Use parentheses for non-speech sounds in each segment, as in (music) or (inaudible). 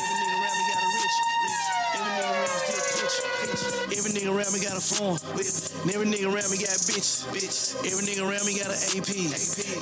Every nigga around me got a rich, rich. Every nigga around me get rich, rich. Every nigga around me got a phone, whip. And every nigga around me got bitch, bitch. Every nigga around me got an AP.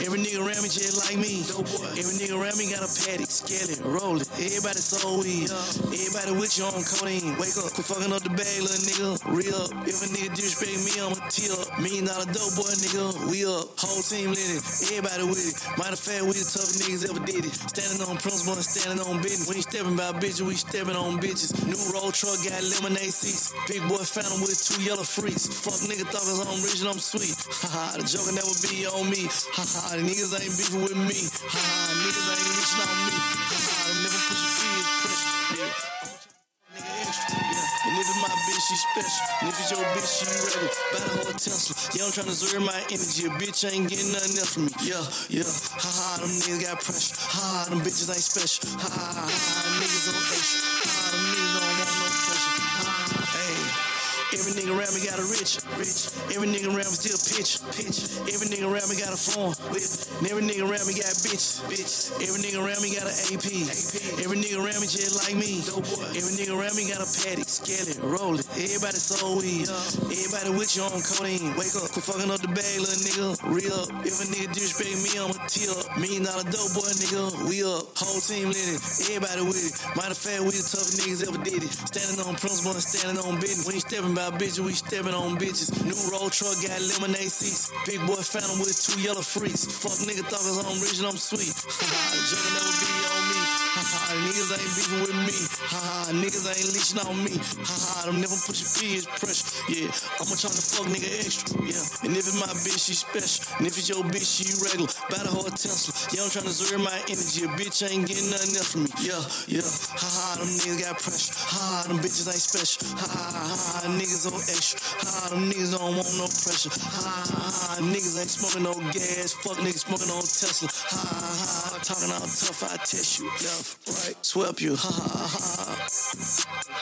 Every nigga around me just like me. Every nigga around me got a patty, skillet, roll it. Everybody so weed. Everybody with you on codeine. Wake up, quit fucking up the bag, little nigga. Real up. If a nigga disrespect me, I'ma tee up. Million dollar dope boy, nigga. We up. Whole team lit it. Everybody with it. Matter of fact, we the toughest niggas ever did it. Standing on principle and standing on business. We ain't stepping by bitches, we stepping on bitches. New road truck got lemonade seats. Big boy found him with two yellow freaks. Fuck nigga thought 'cause I'm rich and I'm sweet. Ha ha, the joker never be on me. Ha ha, the niggas ain't beefing with me. Ha ha, niggas ain't reaching on me. Ha ha, them never push your feet, push. Yeah. Nigga extra, yeah. And if it's my bitch, she special. And if it's your bitch, she ready. Buy the whole Tesla. Yeah, I'm trying to zero my energy. A bitch ain't getting nothing else from me. Yeah, yeah. Ha ha, them niggas got pressure. Ha ha, them bitches ain't special. Ha ha, ha, ha, niggas on extra. Ha ha, them niggas don't want no pressure. Ha ha, hey. Every nigga around me got a rich, rich. Every nigga around me still pitch, pitch. Every nigga around me got a phone, whip. And every nigga around me got bitch, bitch. Every nigga around me got an AP. Every nigga around me just like me. Every nigga around me got a patty, skillet, roll it. Everybody so weed. Everybody with you on codeine. Wake up, quit fucking up the bag, little nigga. Real up. If a nigga disrespect me, I'ma tee up. Million dollar dope boy, nigga. We up. Whole team lit it. Everybody with it. Matter of fact, we the toughest niggas ever did it. Standing on principle and standing on business. We ain't stepping by bitches, we stepping on bitches. New road truck got lemonade seats. Big boy found him with two yellow freaks. Fuck nigga thought 'cause I'm rich and I'm sweet. (laughs) Ha ha, the joker never be on me. Ha ha, niggas ain't beefing with me. Ha ha, niggas ain't leeching on me. Ha ha, them never push your fears pressure. Yeah, I'ma try to fuck nigga extra. Yeah, and if it's my bitch, she special. And if it's your bitch, she regular. Buy the whole Tesla. Yeah, I'm trying to zero my energy. A bitch ain't getting nothing else from me. Yeah, yeah. Ha ha, them niggas got pressure. Ha ha, them bitches ain't special. Ha ha, ha, ha, niggas on extra. Ha ha, them niggas don't want no pressure. Ha ha, ha, ha, niggas ain't smoking no gas. Fuck niggas smoking on Tesla. Ha ha, ha, talking all tough, I test you. Left, right, swept you. Ha ha, ha.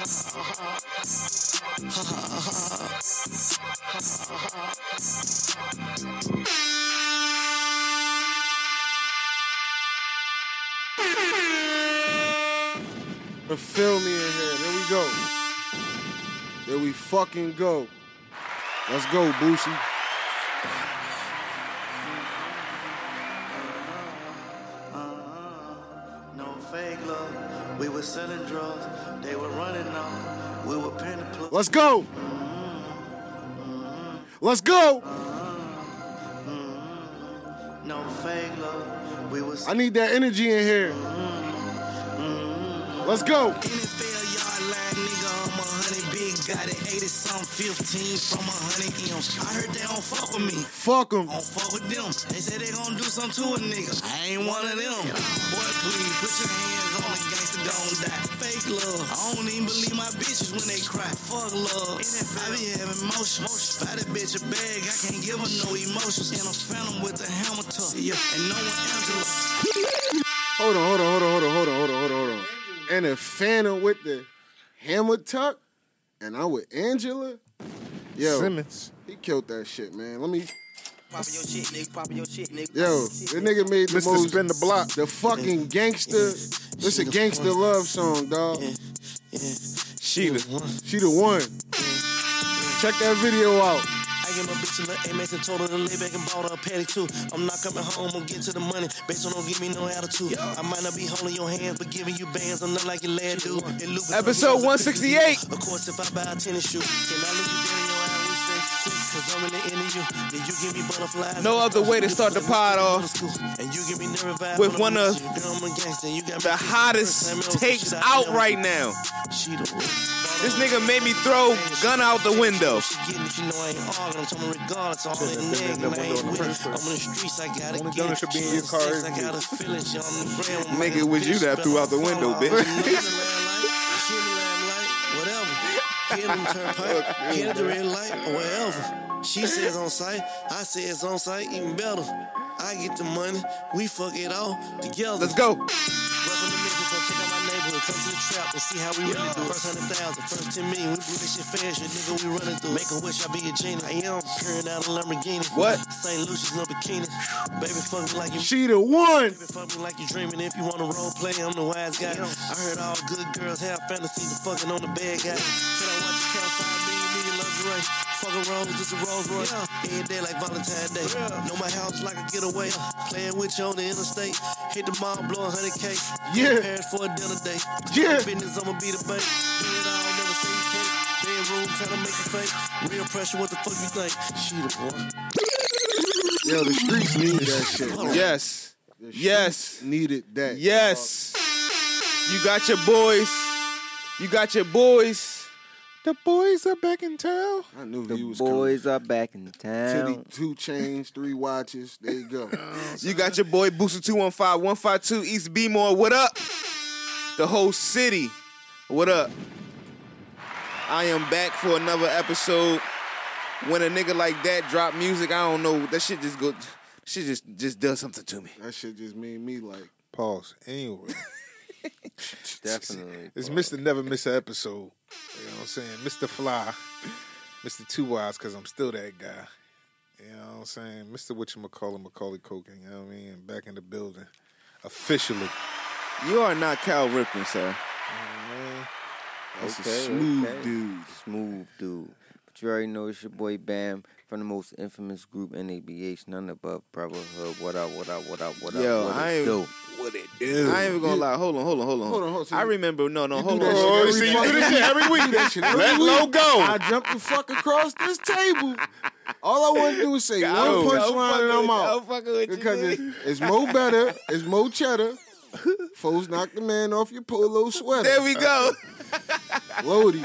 But feel me in here. There we go. There we fucking go. Let's go, Boosie. No fake love. We were selling drugs. They were running off. We were pinning plugs. Let's go. Let's go. No fake love. We were I need that energy in here. Let's NFL go. yard line, nigga. I'm a hundred big. Got it 80 something 15 from a hundred M's. I heard they don't fuck with me. Fuck them. Don't fuck with them. They say they gonna do something to a nigga. I ain't one of them. Boy, please put your hands on a gangster gon' die. Fake love. I don't even believe my bitches when they cry. Fuck love. I be having motion. Buy that bitch a bag. I can't give her no emotions. And I'm phantom with the hammer tuck. Yeah. And no one Angela. Hold on, hold on, hold on, hold on, hold on, hold on, hold on. And a Phantom with the hammer tuck, and I'm with Angela. Yo, Simmons. he killed that shit, man. Let me. Popping your shit, nigga. Popping your shit, nigga. Yo, that nigga made the Mr. most. Spin the Block. The fucking gangster. This a gangster love song, dog. Sheeta. She the one. Check that video out. I gave my bitch a little Amex and told her to lay back and bought her a patty too. I'm not coming home, I'm getting to the money. Bitch, so don't give me no attitude. I might not be holding your hands, but giving you bands. I'm not like your lad, dude. And Louis- Episode 168. Of course, if I buy a tennis shoe, can I look you down in your eye and say, six? Cause I'm in the end of you. Then you give me butterflies. No other way to start the pod off And you give me nerve vibes with one when I'm of you. Girl, I'm a gangster, you got the me twisted. First hottest time I ever takes shot, out I know right now. She the one. This nigga made me throw gun out the window. She getting it, you know I ain't arguing. I'm talking regardless. I'm on the neck, man. I ain't with it. I'm on the streets, I gotta Only get gun it. should be in your She car on the six, I every gotta feel (laughs) it. She on the ground with my Nigga, it was you that threw out the window, bitch. bitch. Whatever. Hit him turnpike, hit the red light, or whatever. She says on site, I say it's on site, even better. I get the money, we fuck it all together. Let's go. Niggas Welcome to Mexico, check out my neighborhood. Come to the trap and see how we really do it. First hundred thousand, first ten million. We do this shit fast, your nigga. We running through. it. Make a wish, I be a genie. I am peering out a Lamborghini. What? St. Lucia's no bikini. Baby, fuck me like you. She the one. Baby, fuck me like you dreaming. If you want to role play, I'm the wise guy. I heard all good girls have fantasies of fucking on the bad guy. Can I watch you count five million, million lingerie? Fuck a rose, just a Rolls Royce. Every day like Valentine's Day. Know my house like a getaway. Playing with you on the interstate. Hit the mall, blow a hundred K. Yeah. Paris for a dinner day. Yeah. Business, I'ma be the bank. Do it all, never say you can't. Bedroom, trying to make a fake. Real pressure, what the fuck you think? She the one. Yo, the streets need that shit. man. Yes. The streets Yes. Needed that. Yes. You got your boys. You got your boys. The boys are back in town. I knew The you was boys are back in coming. town. Titty, two chains, three watches. There (laughs) you go. You got your boy Booster 215, 152 East Bmore. What up? The whole city. What up? I am back for another episode. When a nigga like that drop music, I don't know. That shit just go shit just just does something to me. That shit just made me like, Pause. Anyway, (laughs) Definitely. it's Mr. Never Miss an Episode. You know what I'm saying? Mr. Fly. Mr. Two Wise, because I'm still that guy. You know what I'm saying? Mr. Whatchamacallit, Macaulay Culkin. You know what I mean? Back in the building. Officially. You are not Cal Ripken, sir. that's Okay, a smooth okay. dude. Smooth dude. But you already know it's your boy Bam from the most infamous group NABH, none above Brotherhood. What up, what up, what up, what up, Yo, what I it ain't- do? What it do? I ain't even gonna lie. Hold on, hold on, hold on. Hold on, hold on. So I you- remember. No, no, you do hold that on. shit hold Oh, on. every you see, you fucking do this shit every Do week. that shit every (laughs) Let week. low I go. jumped the fuck across this table. All I want to do is say I'm one fucking punchline and I'm with- out. I'm fucking with you, Because nigga. it's, it's mo better, it's mo cheddar. Foes knock the man off your polo There sweater. we go. Lodi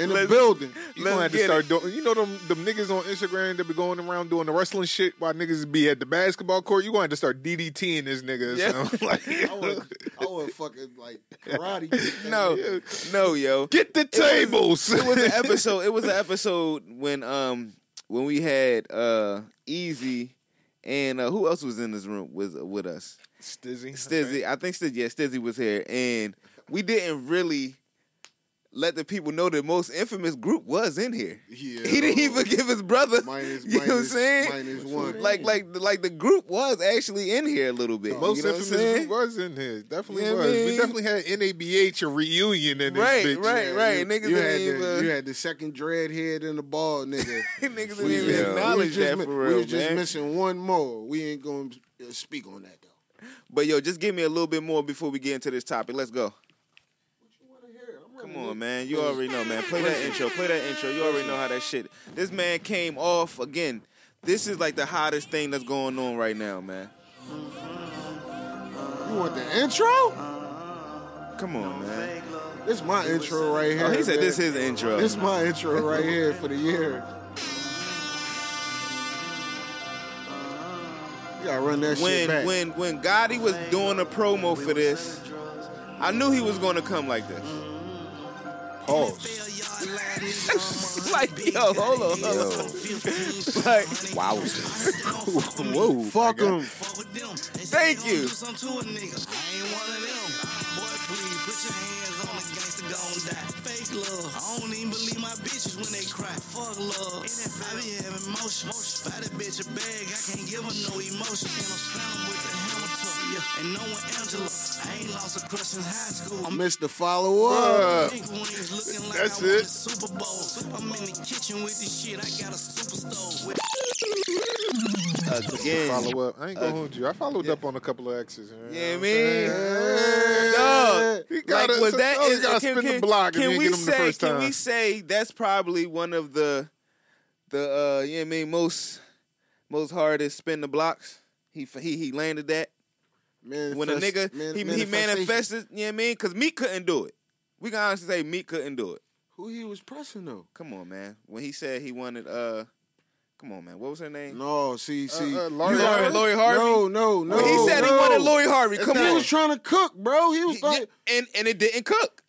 in the building. (laughs) You gonna have to Let's get start doing. You know them them niggas on Instagram that be going around doing the wrestling shit while niggas be at the basketball court. You gonna have to start DDTing this nigga. Yeah. Yeah. like, I want, I want fucking like karate. kick that (laughs) No, nigga. (laughs) no, yo. (laughs) get the tables. It was an episode. It was an episode when um when we had uh Easy and uh, who else was in this room with with us? Stizzy. Stizzy. I think Stizzy. Yeah, Stizzy was here, and we didn't really let the people know the most infamous group was in here. Yeah. He didn't even give his brother. Minus- (laughs) you know what I'm minus- saying? minus one. Like, like, like the group was actually in here a little bit. Most you know what I'm infamous saying? (laughs) group was in here. Definitely You know what was. I We mean? definitely had NABH a reunion in this Right, bitch. right, right. you, Niggas you didn't had the, even- you had the second dreadhead in the ball, nigga. (laughs) Niggas didn't We- even yeah. we acknowledge just that mi- for real, We was just man. missing one more. We ain't gonna uh, speak on that though. But yo, just give me a little bit more before we get into this topic. Let's go. Come on, man. You already know, man. Play that intro. Play that intro. You already know how that shit. This man came off again. This is like the hottest thing that's going on right now, man. You want the intro? Come on, man. This my intro right here. Oh, he said man. this is his intro. This my intro right here for the year. You gotta run that shit When back. when when Gotti was doing a promo for this, I knew he was going to come like this. Pause. (laughs) like yo, hold on, hold on. (laughs) like Wow. Whoa. Fuck nigga. him. Thank you. I don't even believe my bitches when they cry. Fuck love. I be having motion. Buy the bitch a bag. I can't give her no emotion. And I'm slamming with the hammer toe. Yeah. And no one Angela. I ain't lost a crush since high school. I missed the follow up. Uh, Pink wings looking like That's I won it. the Super Bowl. I'm in the kitchen with this shit. I got a super stove. With again. follow up. I ain't gonna hold you. I followed up on a couple of exes. You know Yeah, what I'm man. saying? Dog, He gotta- like, was so- that oh, he is- gotta spin the block if can he ain't we get him the say- first Can we time. say that's probably one of the the uh you know what I mean most most hardest spin the blocks? He he he landed that when a Manifest- nigga man- he he manifestation. manifested, you know what I mean? Cuz Meek couldn't do it. We can honestly say Meek couldn't do it. Who he was pressing though? Come on, man. When he said he wanted uh come on, man. What was her name? No, see, see. you uh, Laurie got- Harvey? Lori Harvey? No, no, no. when he said no. he wanted Lori Harvey. Come He on. was trying to cook, bro. He was like, and and it didn't cook.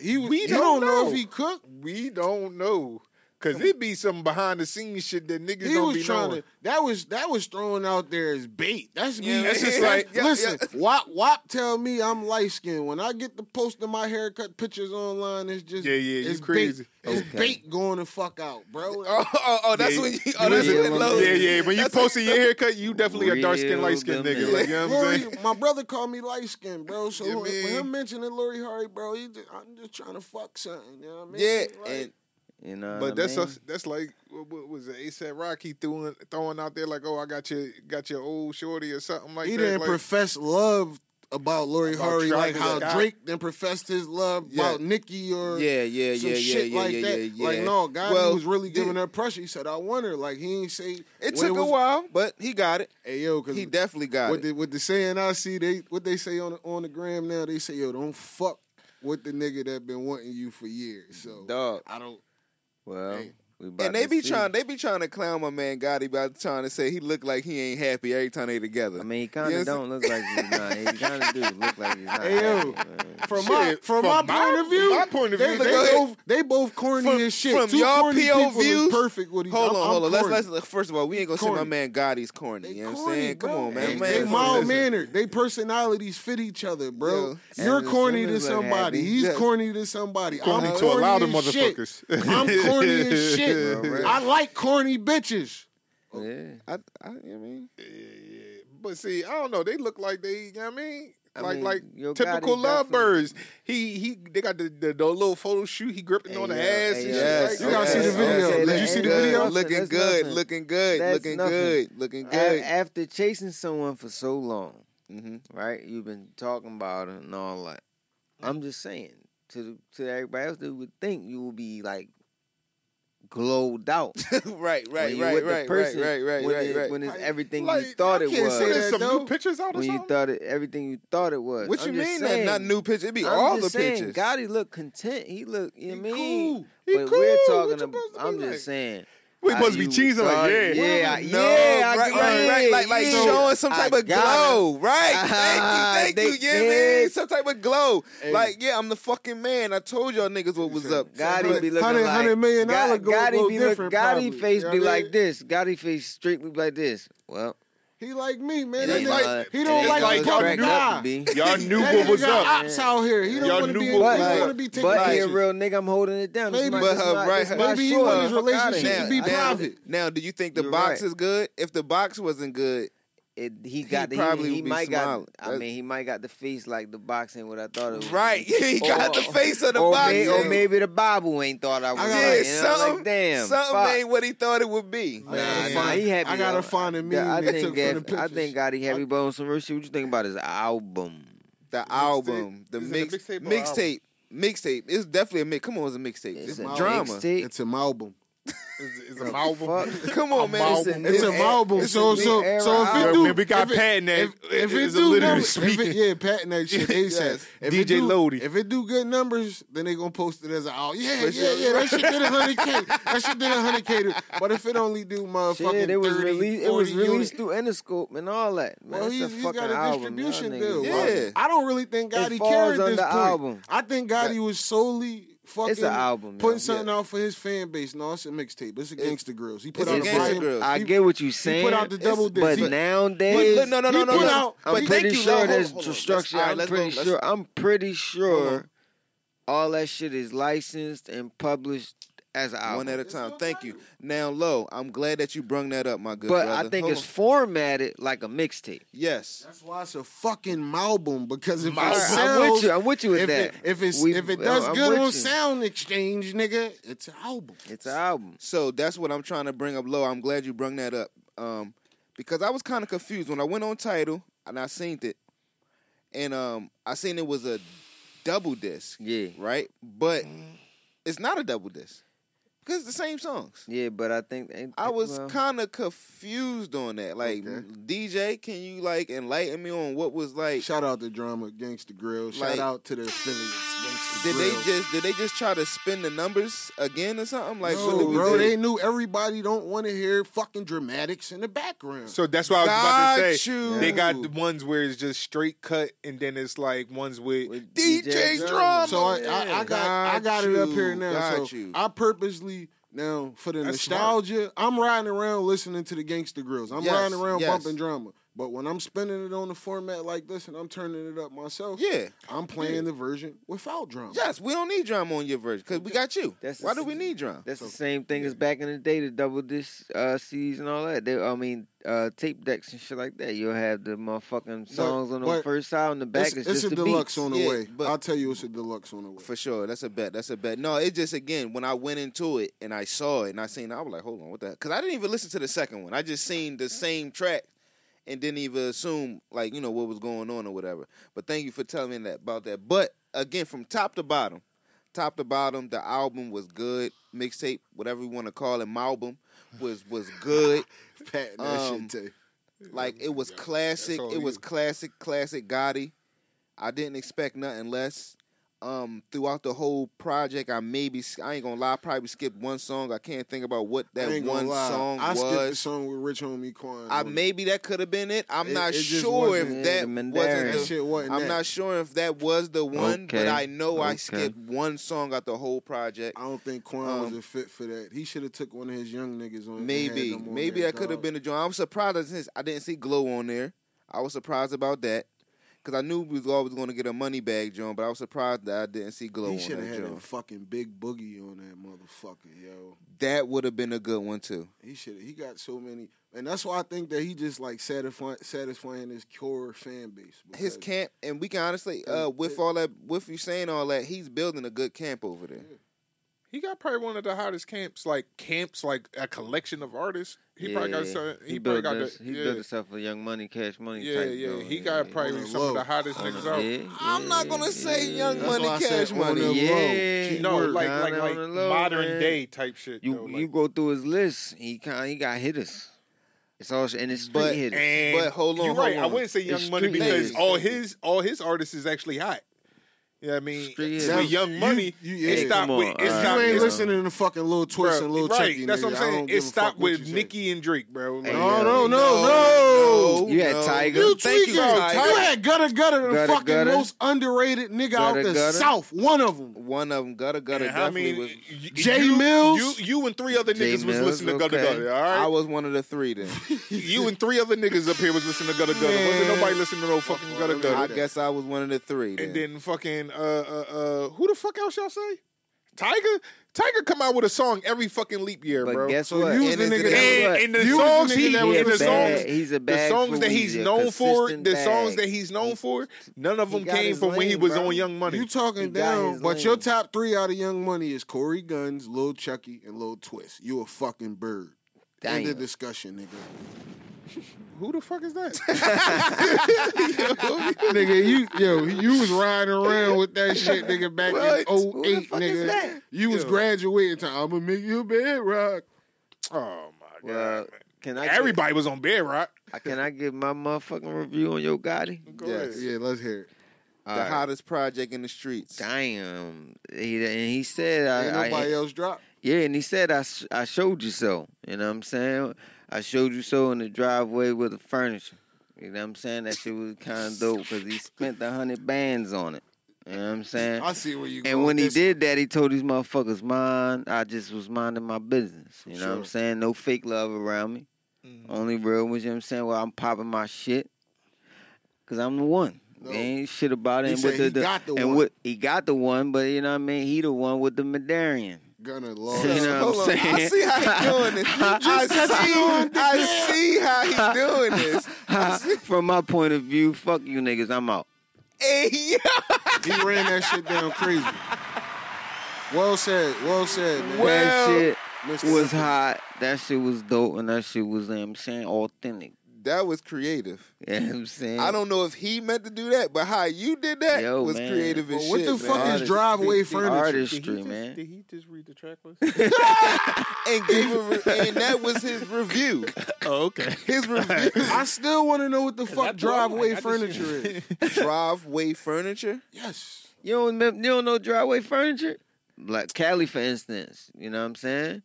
he, was- We you don't don't know know. if he cooked. We don't know. Cause it be some behind the scenes shit that niggas He don't was be trying knowing. to. That was that was thrown out there as bait. That's me. (laughs) Yeah, that's just like- yeah, listen, Wop Wop tell me I'm light skinned. When I get to posting my haircut pictures online, it's just Yeah, yeah, you it's bait. crazy. It's Okay. bait going the fuck out, bro. Oh, oh, oh, that's Yeah, when you. you Oh, that's really when it want low. to- Yeah, yeah. When you That's- posted your haircut, you definitely a dark skin, Real light skin them nigga. Like, you know what I'm Lori, saying? my brother called me light skinned, bro. So Yeah, when, when man. him mentioning Lori Hardy, bro, he just, I'm just trying to fuck something. You know what I mean? Yeah, Like, and You know, what I But that's mean? us- that's like what, what was it? ASAP Rocky throwing throwing out there like, oh, I got your got your old shorty or something like he that. didn't like, profess love about Lori About Hardy like Travis how Scott. Drake then professed his love Yeah. about Nicki or yeah, yeah, some yeah, yeah, shit yeah, like yeah, that. yeah, yeah. Like no, God Well, was really giving yeah. her pressure. He said, "I want her." Like he ain't say when It took a was- while, but he got it. Hey yo, because He definitely got what it. the, what the saying I see they what they say on the, on the gram now they say yo don't fuck with the nigga that been wanting you for years. So Dog. I don't. well, Hey. we about And they to be see. trying, they be trying to clown my man Gotti by trying to say he look like he ain't happy every time they together. I mean, he kind of Yes. don't look like he's (laughs) not. He kind of do look like he's not. Hey, yo. happy, man. From Shit, my from, my, point of view, my point of they, view, they, they- both they both corny From- as shit. from Two y'all corny PO people is views- perfect with each Hold I'm- on, I'm hold on. Let's, corny. let's let's- first of all, we ain't gonna say Corny. my man Gotti's corny. They you know what I'm corny, saying? Come bro. on, man. They- man They come mild on. mannered. They personalities fit each other, bro. Yeah. You're And corny to as soon as I somebody. had it, He's yeah. corny to somebody. corny I'm to a lot of corny as shit. motherfuckers. (laughs) I'm corny (laughs) as shit. Bro, right. I like corny bitches. Yeah. I, I, I mean, Yeah, yeah. But see, I don't know. They look like they, you know what I mean? I like mean, like Yo typical Gotti lovebirds. He he they got the, the, the little photo shoot, he gripping on the Hey, ass yo, and shit. hey, yo. like You that. gotta see the video. okay, Did that you see ain't the good. video? That's Looking nothing. good, looking good, That's looking nothing. good, looking A- good. After chasing someone for so long, Mm-hmm. right? You've been talking about it and all that. I'm just saying to the, to everybody else that would think you will be like (laughs) glowed out. right, right, when you right, with the right, person, right, right, when right, it- right. When it's Like- everything Like, you thought I it can't was. Say there's some though. new pictures out or when you something? thought it, everything you thought it was. what I'm you just mean? Saying, Not, not new pictures. It be I'm all the just saying, pictures. God, he look content. He look. You He mean? cool. He but cool. we're What talking. you ab- supposed to I'm be just like? saying. We how supposed to be you cheesing like, thought- yeah. Yeah, No, yeah, I right, get- right, right, like, like yeah. showing some I type of got glow, right? thank you, (laughs) They- thank you, yeah, man, yes. some type of glow. Hey. Like, yeah, I'm the fucking man. I told y'all niggas what was (laughs) up. Gotti be looking Hundred- like hundred million dollar go- Gotti go be different Gotti probably, face you know be what I like mean? this. Gotti face strictly be like this. Well, He like me, it man. That ain't nigga- all- he it don't ain't like all like it's Pop cracked Nah. up to be. Y'all knew (laughs) That what nigga was got up. ops out here. He Y'all don't want to knew be. what He was don't up. want to be taking But he a pictures. real nigga. I'm holding it down. It's Maybe- not- But it's her not- right- it's her- not maybe he short. wants his Fuck outta relationship here. to be I- private. Now, do you think the You're box right. is good? If the box wasn't good, it, he got probably the, probably he, would be might smiling. got. I That's- mean, he might got the face like the boxing. What I thought it was. right? (laughs) Yeah, he got the oh, face of the or, box. may, or yeah. maybe the Bible ain't thought I was. I like, gotta- yeah, you know, something, like, damn, something fuck. ain't what he thought it would be. I gotta Nah, nah, find- he happy. I gotta though. find a meme I they think, took from Gaff- the I pictures. think Gotti heavy bones some real shit. What you think about his album? The album, the Is it a mix, mixtape or mixtape, mixtape. It's definitely a mix. Come on, it's a mixtape. It's, an a album. drama. mixtape. It's an album. It's, it's Bro, a album. fuck. Come on, man. It's a an- new It's an era- album. it's a So new so era so if it album. do, man, we got if it- patent that. If, if it It's do literally numbers, if speaking. it, yeah, patent that shit. They said Yes. if it DJ do, Lodi. If it do good numbers, then they gonna post it as an album. Yeah, For yeah, sure. yeah. That shit did a hundred k. That shit did a hundred k. But if it only do motherfucking Shit, it was 30, released. It was 40 units, released through Interscope and all that. Man, Well, it's a he's, he's fucking got a album. Y'all distribution niggas deal. bugging. Yeah. I don't really think Gotti falls carried this under point. album. I think Gotti was solely fucking It's an album, putting yo. something out for his fan base. No, it's a mixtape. It's a Gangsta Grills. He put it's out a a Gangsta Brian- Grills. I he- get what you He saying. put out the double but disc. He- nowadays, But- no, no, no, he no, put no. out- I'm but pretty thank you. sure No, there's hold on, hold on. structure. All right, I'm let's go, pretty let's- sure. I'm pretty sure all that shit is licensed and published as an album. One at a It's time. no Thank you. Now, Low, I'm glad that you brung that up, my good but brother. I think Hold it's on. formatted like a mixtape. yes. That's why it's a fucking album because if it Alright, sells, I'm with you. I'm with you with if that. It, if it's We- if it does I'm good with on you. Sound Exchange, nigga, it's an album. It's an album. So that's what I'm trying to bring up, Low. I'm glad you brung that up. Um, because I was kind of confused when I went on title and I seen it, and um, I seen it was a double disc, Yeah, Mm-hmm. right? But it's not a double disc because it's the same songs. yeah. But I think ain't- I was well, kind of confused on that. Like, Okay. DJ, can you like enlighten me on what was like? Shout out to Drama Gangsta Grills. Shout Like- out to the affiliates. Gangsta Did Grills. they just did they just try to spin the numbers again or something? Like, no, what did we bro, do? they knew everybody don't want to hear fucking dramatics in the background. So that's what I was about to Got say. you. They got Ooh. the ones where it's just straight cut, and then it's like ones with, With DJ, DJ Drama. So I, I, I got, Got I got it up here you, now. got so you. I purposely Now, for the That's nostalgia, I'm riding around listening to the gangster grills. I'm Yes, riding around yes. bumping drama. But when I'm spending it on a format like this and I'm turning it up myself, Yeah. I'm playing the version without drama. Yes, we don't need drama on your version because we got you. That's the Why do s- we need drama? That's the same thing as back in the day, the double disc uh, CDs and all that. They, I mean, uh, tape decks and shit like that. You'll have the motherfucking songs on the but first side, and the back it's, is it's just a the deluxe beats. on the Yeah, way. but- I'll tell you, it's a deluxe on the way. For sure, that's a bet. That's a bet. No, it just again when I went into it and I saw it and I seen, it, I was like, hold on, what the? Because I didn't even listen to the second one. I just seen the same track and didn't even assume like you know what was going on or whatever. But thank you for telling me that about that. But again, from top to bottom, top to bottom, the album was good. Mixtape, whatever you want to call it, my album was was good. Patting that Um, shit too. Like it was classic. all It was you. classic, classic Gotti. I didn't expect nothing less. Um, throughout the whole project, I maybe I ain't gonna lie, I probably skipped one song. I can't think about what I that ain't gonna one lie. song I skipped the was. song with Rich Homie Quan. I on it. maybe that could have been it. I'm It- not it just sure wasn't- if Yeah, that the wasn't. Mandarian. the- that shit wasn't. I'm that. not sure if that was the one, but Okay, I know I okay. skipped one song out the whole project. I don't think Quan Um, was a fit for that. He should have took one of his young niggas on. and Maybe, had them on maybe there, that could have dawg. been a joint. I'm surprised that since I didn't see Glow on there. I was surprised about that because I knew we was always going to get a money bag joint, but I was surprised that I didn't see Glow He on should have that had a joint. fucking big boogie on that motherfucker, yo. That would have been a good one too. He should. He got so many, and that's why I think that he just like satisfying satisfying his core fan base. His because- camp, and we can honestly, uh, with all that, with you saying all that, he's building a good camp over there. He got probably one of the hottest camps, like camps, like a collection of artists. He probably got Yeah. some. He, probably built got this, the. he yeah. built himself a Young Money, Cash Money yeah, type. yeah, though, he got probably On the some of the low. hottest Uh, niggas out. yeah, I'm not gonna say yeah, Young yeah. That's Money, why I said Cash on Money. the low. Yeah. Keyword. No, like Kinda like on like the low, modern man. day type shit. You though, you (laughs) like- go through his list. He kind he got hitters. It's all and it's street But- hitters. and But hold on, you're right. hold I on. wouldn't say Young It's Money street because niggas. all his all his artists is actually hot. Yeah, I mean, Street with niggas. Young Money, you- it yeah. stopped Come with on, it all You stopped. right. ain't it- listening to fucking Lil Twist bro, and Lil right? Chucky. That's what I'm nigga. I saying. don't give It a fuck stopped what with you say. Nicki and Drake, bro. Like, Hey, No, yo. no, no, no. You had Tiger. You Thank tweaking. you, You, Tiger. had gutter gutter, the Gutter fucking Gutter. most underrated nigga out Gutter the Gutter. south. One of them. One of them, Gutter Gutter, and I definitely mean, was. you- Jay you- Mills? you you and three other Jay niggas was Mills, listening to Gutter okay. Gutter. All I right, was one of the three then. (laughs) you and three other niggas up here was listening to Gutter Gutter. Wasn't Man. nobody listening to no fucking Gutter I Gutter? I guess I was one of the three. Then. And then fucking uh uh uh who the fuck else y'all say? Tiger? Tiger come out with a song every fucking leap year, But bro. guess So what? you was And the it's- nigga guess and, what? and the You was songs the he nigga that that was in was the a bag. songs He's a the bag songs for that weed, he's a known for, consistent the songs bag. that he's known for, none of he them got came his from when he lane, was bro. on Young Money. You He talking got down, his but lane. your top three out of Young Money is Corey Guns, Lil Chucky, and Lil Twist. You a fucking bird. End Damn. of discussion, (laughs) nigga. Who the fuck (laughs) is that? nigga, you yo, you was riding around with that shit, nigga, back What? in Who the 08, fuck is nigga. that? You was Yo. graduating time. I'ma make you a bed rock. oh my god. Well, can I give, Everybody was on Bed Rock. can I give my motherfucking review on Yo Gotti? Go Yes. ahead. Yeah, let's hear it. the All right. Uh, hottest project in the streets. Damn. He and he said Ain't I, I nobody else drop. Yeah, and he said, I, sh- I showed you so. You know what I'm saying? I showed you so in the driveway with the furniture. You know what I'm saying? That shit was kind of dope because he spent a hundred bands on it. You know what I'm saying? I see where you And when he did that, he told these motherfuckers, "Mine, I just was minding my business." You know what I'm Sure. Mm-hmm. saying? No fake love around me. Only real was. You know what I'm saying? Well, I'm popping my shit because I'm the one. No. Ain't shit about it. He and said with the, he the- got the and one. With, he got the one, but you know what I mean. He the one with the medallion. Gunna lost. You know Hold what on. I'm saying? I see how he doing this. I, see, I see how he doing this. (laughs) From my point of view, fuck you niggas, I'm out. Hey, yo. He ran that shit down crazy. Well said, well said, man. that shit Mr. was hot. That shit was dope, and that shit was, you know what I'm saying, authentic. (laughs) That was creative. You know what I'm saying? I don't know if he meant to do that, but how you did that Yo, was man. creative as Well, shit. what the fuck man. is driveway furniture? artistry, man. he just read the track list? (laughs) and gave a re- and that was his (laughs) review. oh, okay. His review. I still want to know what the fuck that's what I'm driveway like, I just- furniture is. driveway furniture. (laughs) yes. You don't remember, you don't know driveway furniture? Like Cali, for instance. You know what I'm saying?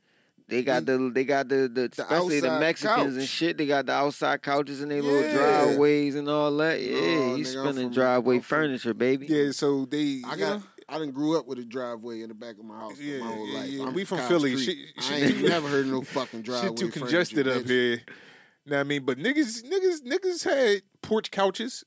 They got Mm. the they got the, the especially the outside Mexicans couch. and shit. They got the outside couches and they little Yeah. driveways and all that. Yeah, Nah, he's nigga, I'm spinning from- driveway I'm from- furniture, baby. Yeah, so they I you got know, I didn't grew up with a driveway in the back of my house Yeah, my whole yeah, life. yeah. I'm We from Cobb Philly. Street. Shit- I shit- ain't never heard of no (laughs) fucking driveway. Shit too furniture, congested up bitch. here. Now I mean, but niggas, niggas, niggas had porch couches.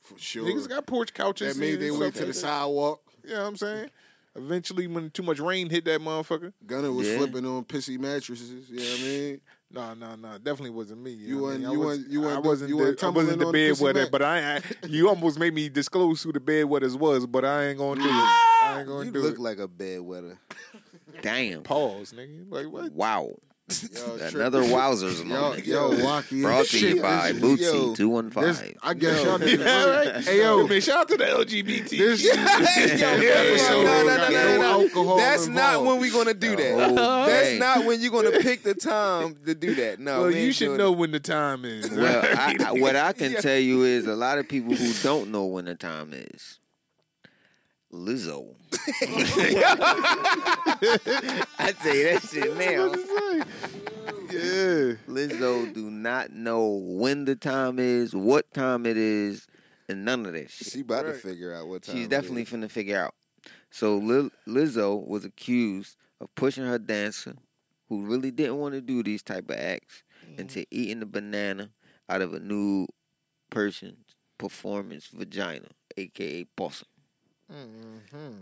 for sure. Niggas got porch couches. that made and their way stuff to the like that. sidewalk. You know what I'm saying? Eventually, when too much rain hit that motherfucker. Gunner was Yeah. flipping on pissy mattresses. You know what I mean? No, no, no. Definitely wasn't me. You know what I mean? wasn't- I you was- wasn't- you wasn't- I wasn't you the, wasn't I wasn't tumbling the on the bed pussy wetter, mat? but I, I you almost made me disclose who the bed wetters was, but I ain't gonna do it. I ain't gonna You do look it. like a bedwetter. Damn. Pause, nigga. Like what? Wow. Y'all Another tripping. (laughs) wowzers Yo, moment. yo, Wacky. Brought this to you shit by is- Bootsy two one this- five. I guess y'all need (laughs) to Yeah, right. Hey yo, man, shout out to the LGBT. This- no, episode no, no, no, got no, no no. alcohol That's not involved. when we're gonna do that. Oh, That's not when you're gonna pick the time to do that. No, well, we ain't Oh, you should doing know when the time is. Well, (laughs) I, I, what I can Yeah. tell you is a lot of people who don't know when the time is. Lizzo. (laughs) I tell you that shit now. yeah. Lizzo do not know when the time is, what time it is, and none of that that. shit. She about to Right. figure out what time. She's it definitely is. finna figure out. So Lil- Lizzo was accused of pushing her dancer, who really didn't want to do these type of acts, into Mm-hmm. eating the banana out of a nude person's performance vagina, aka possum. mm-hmm.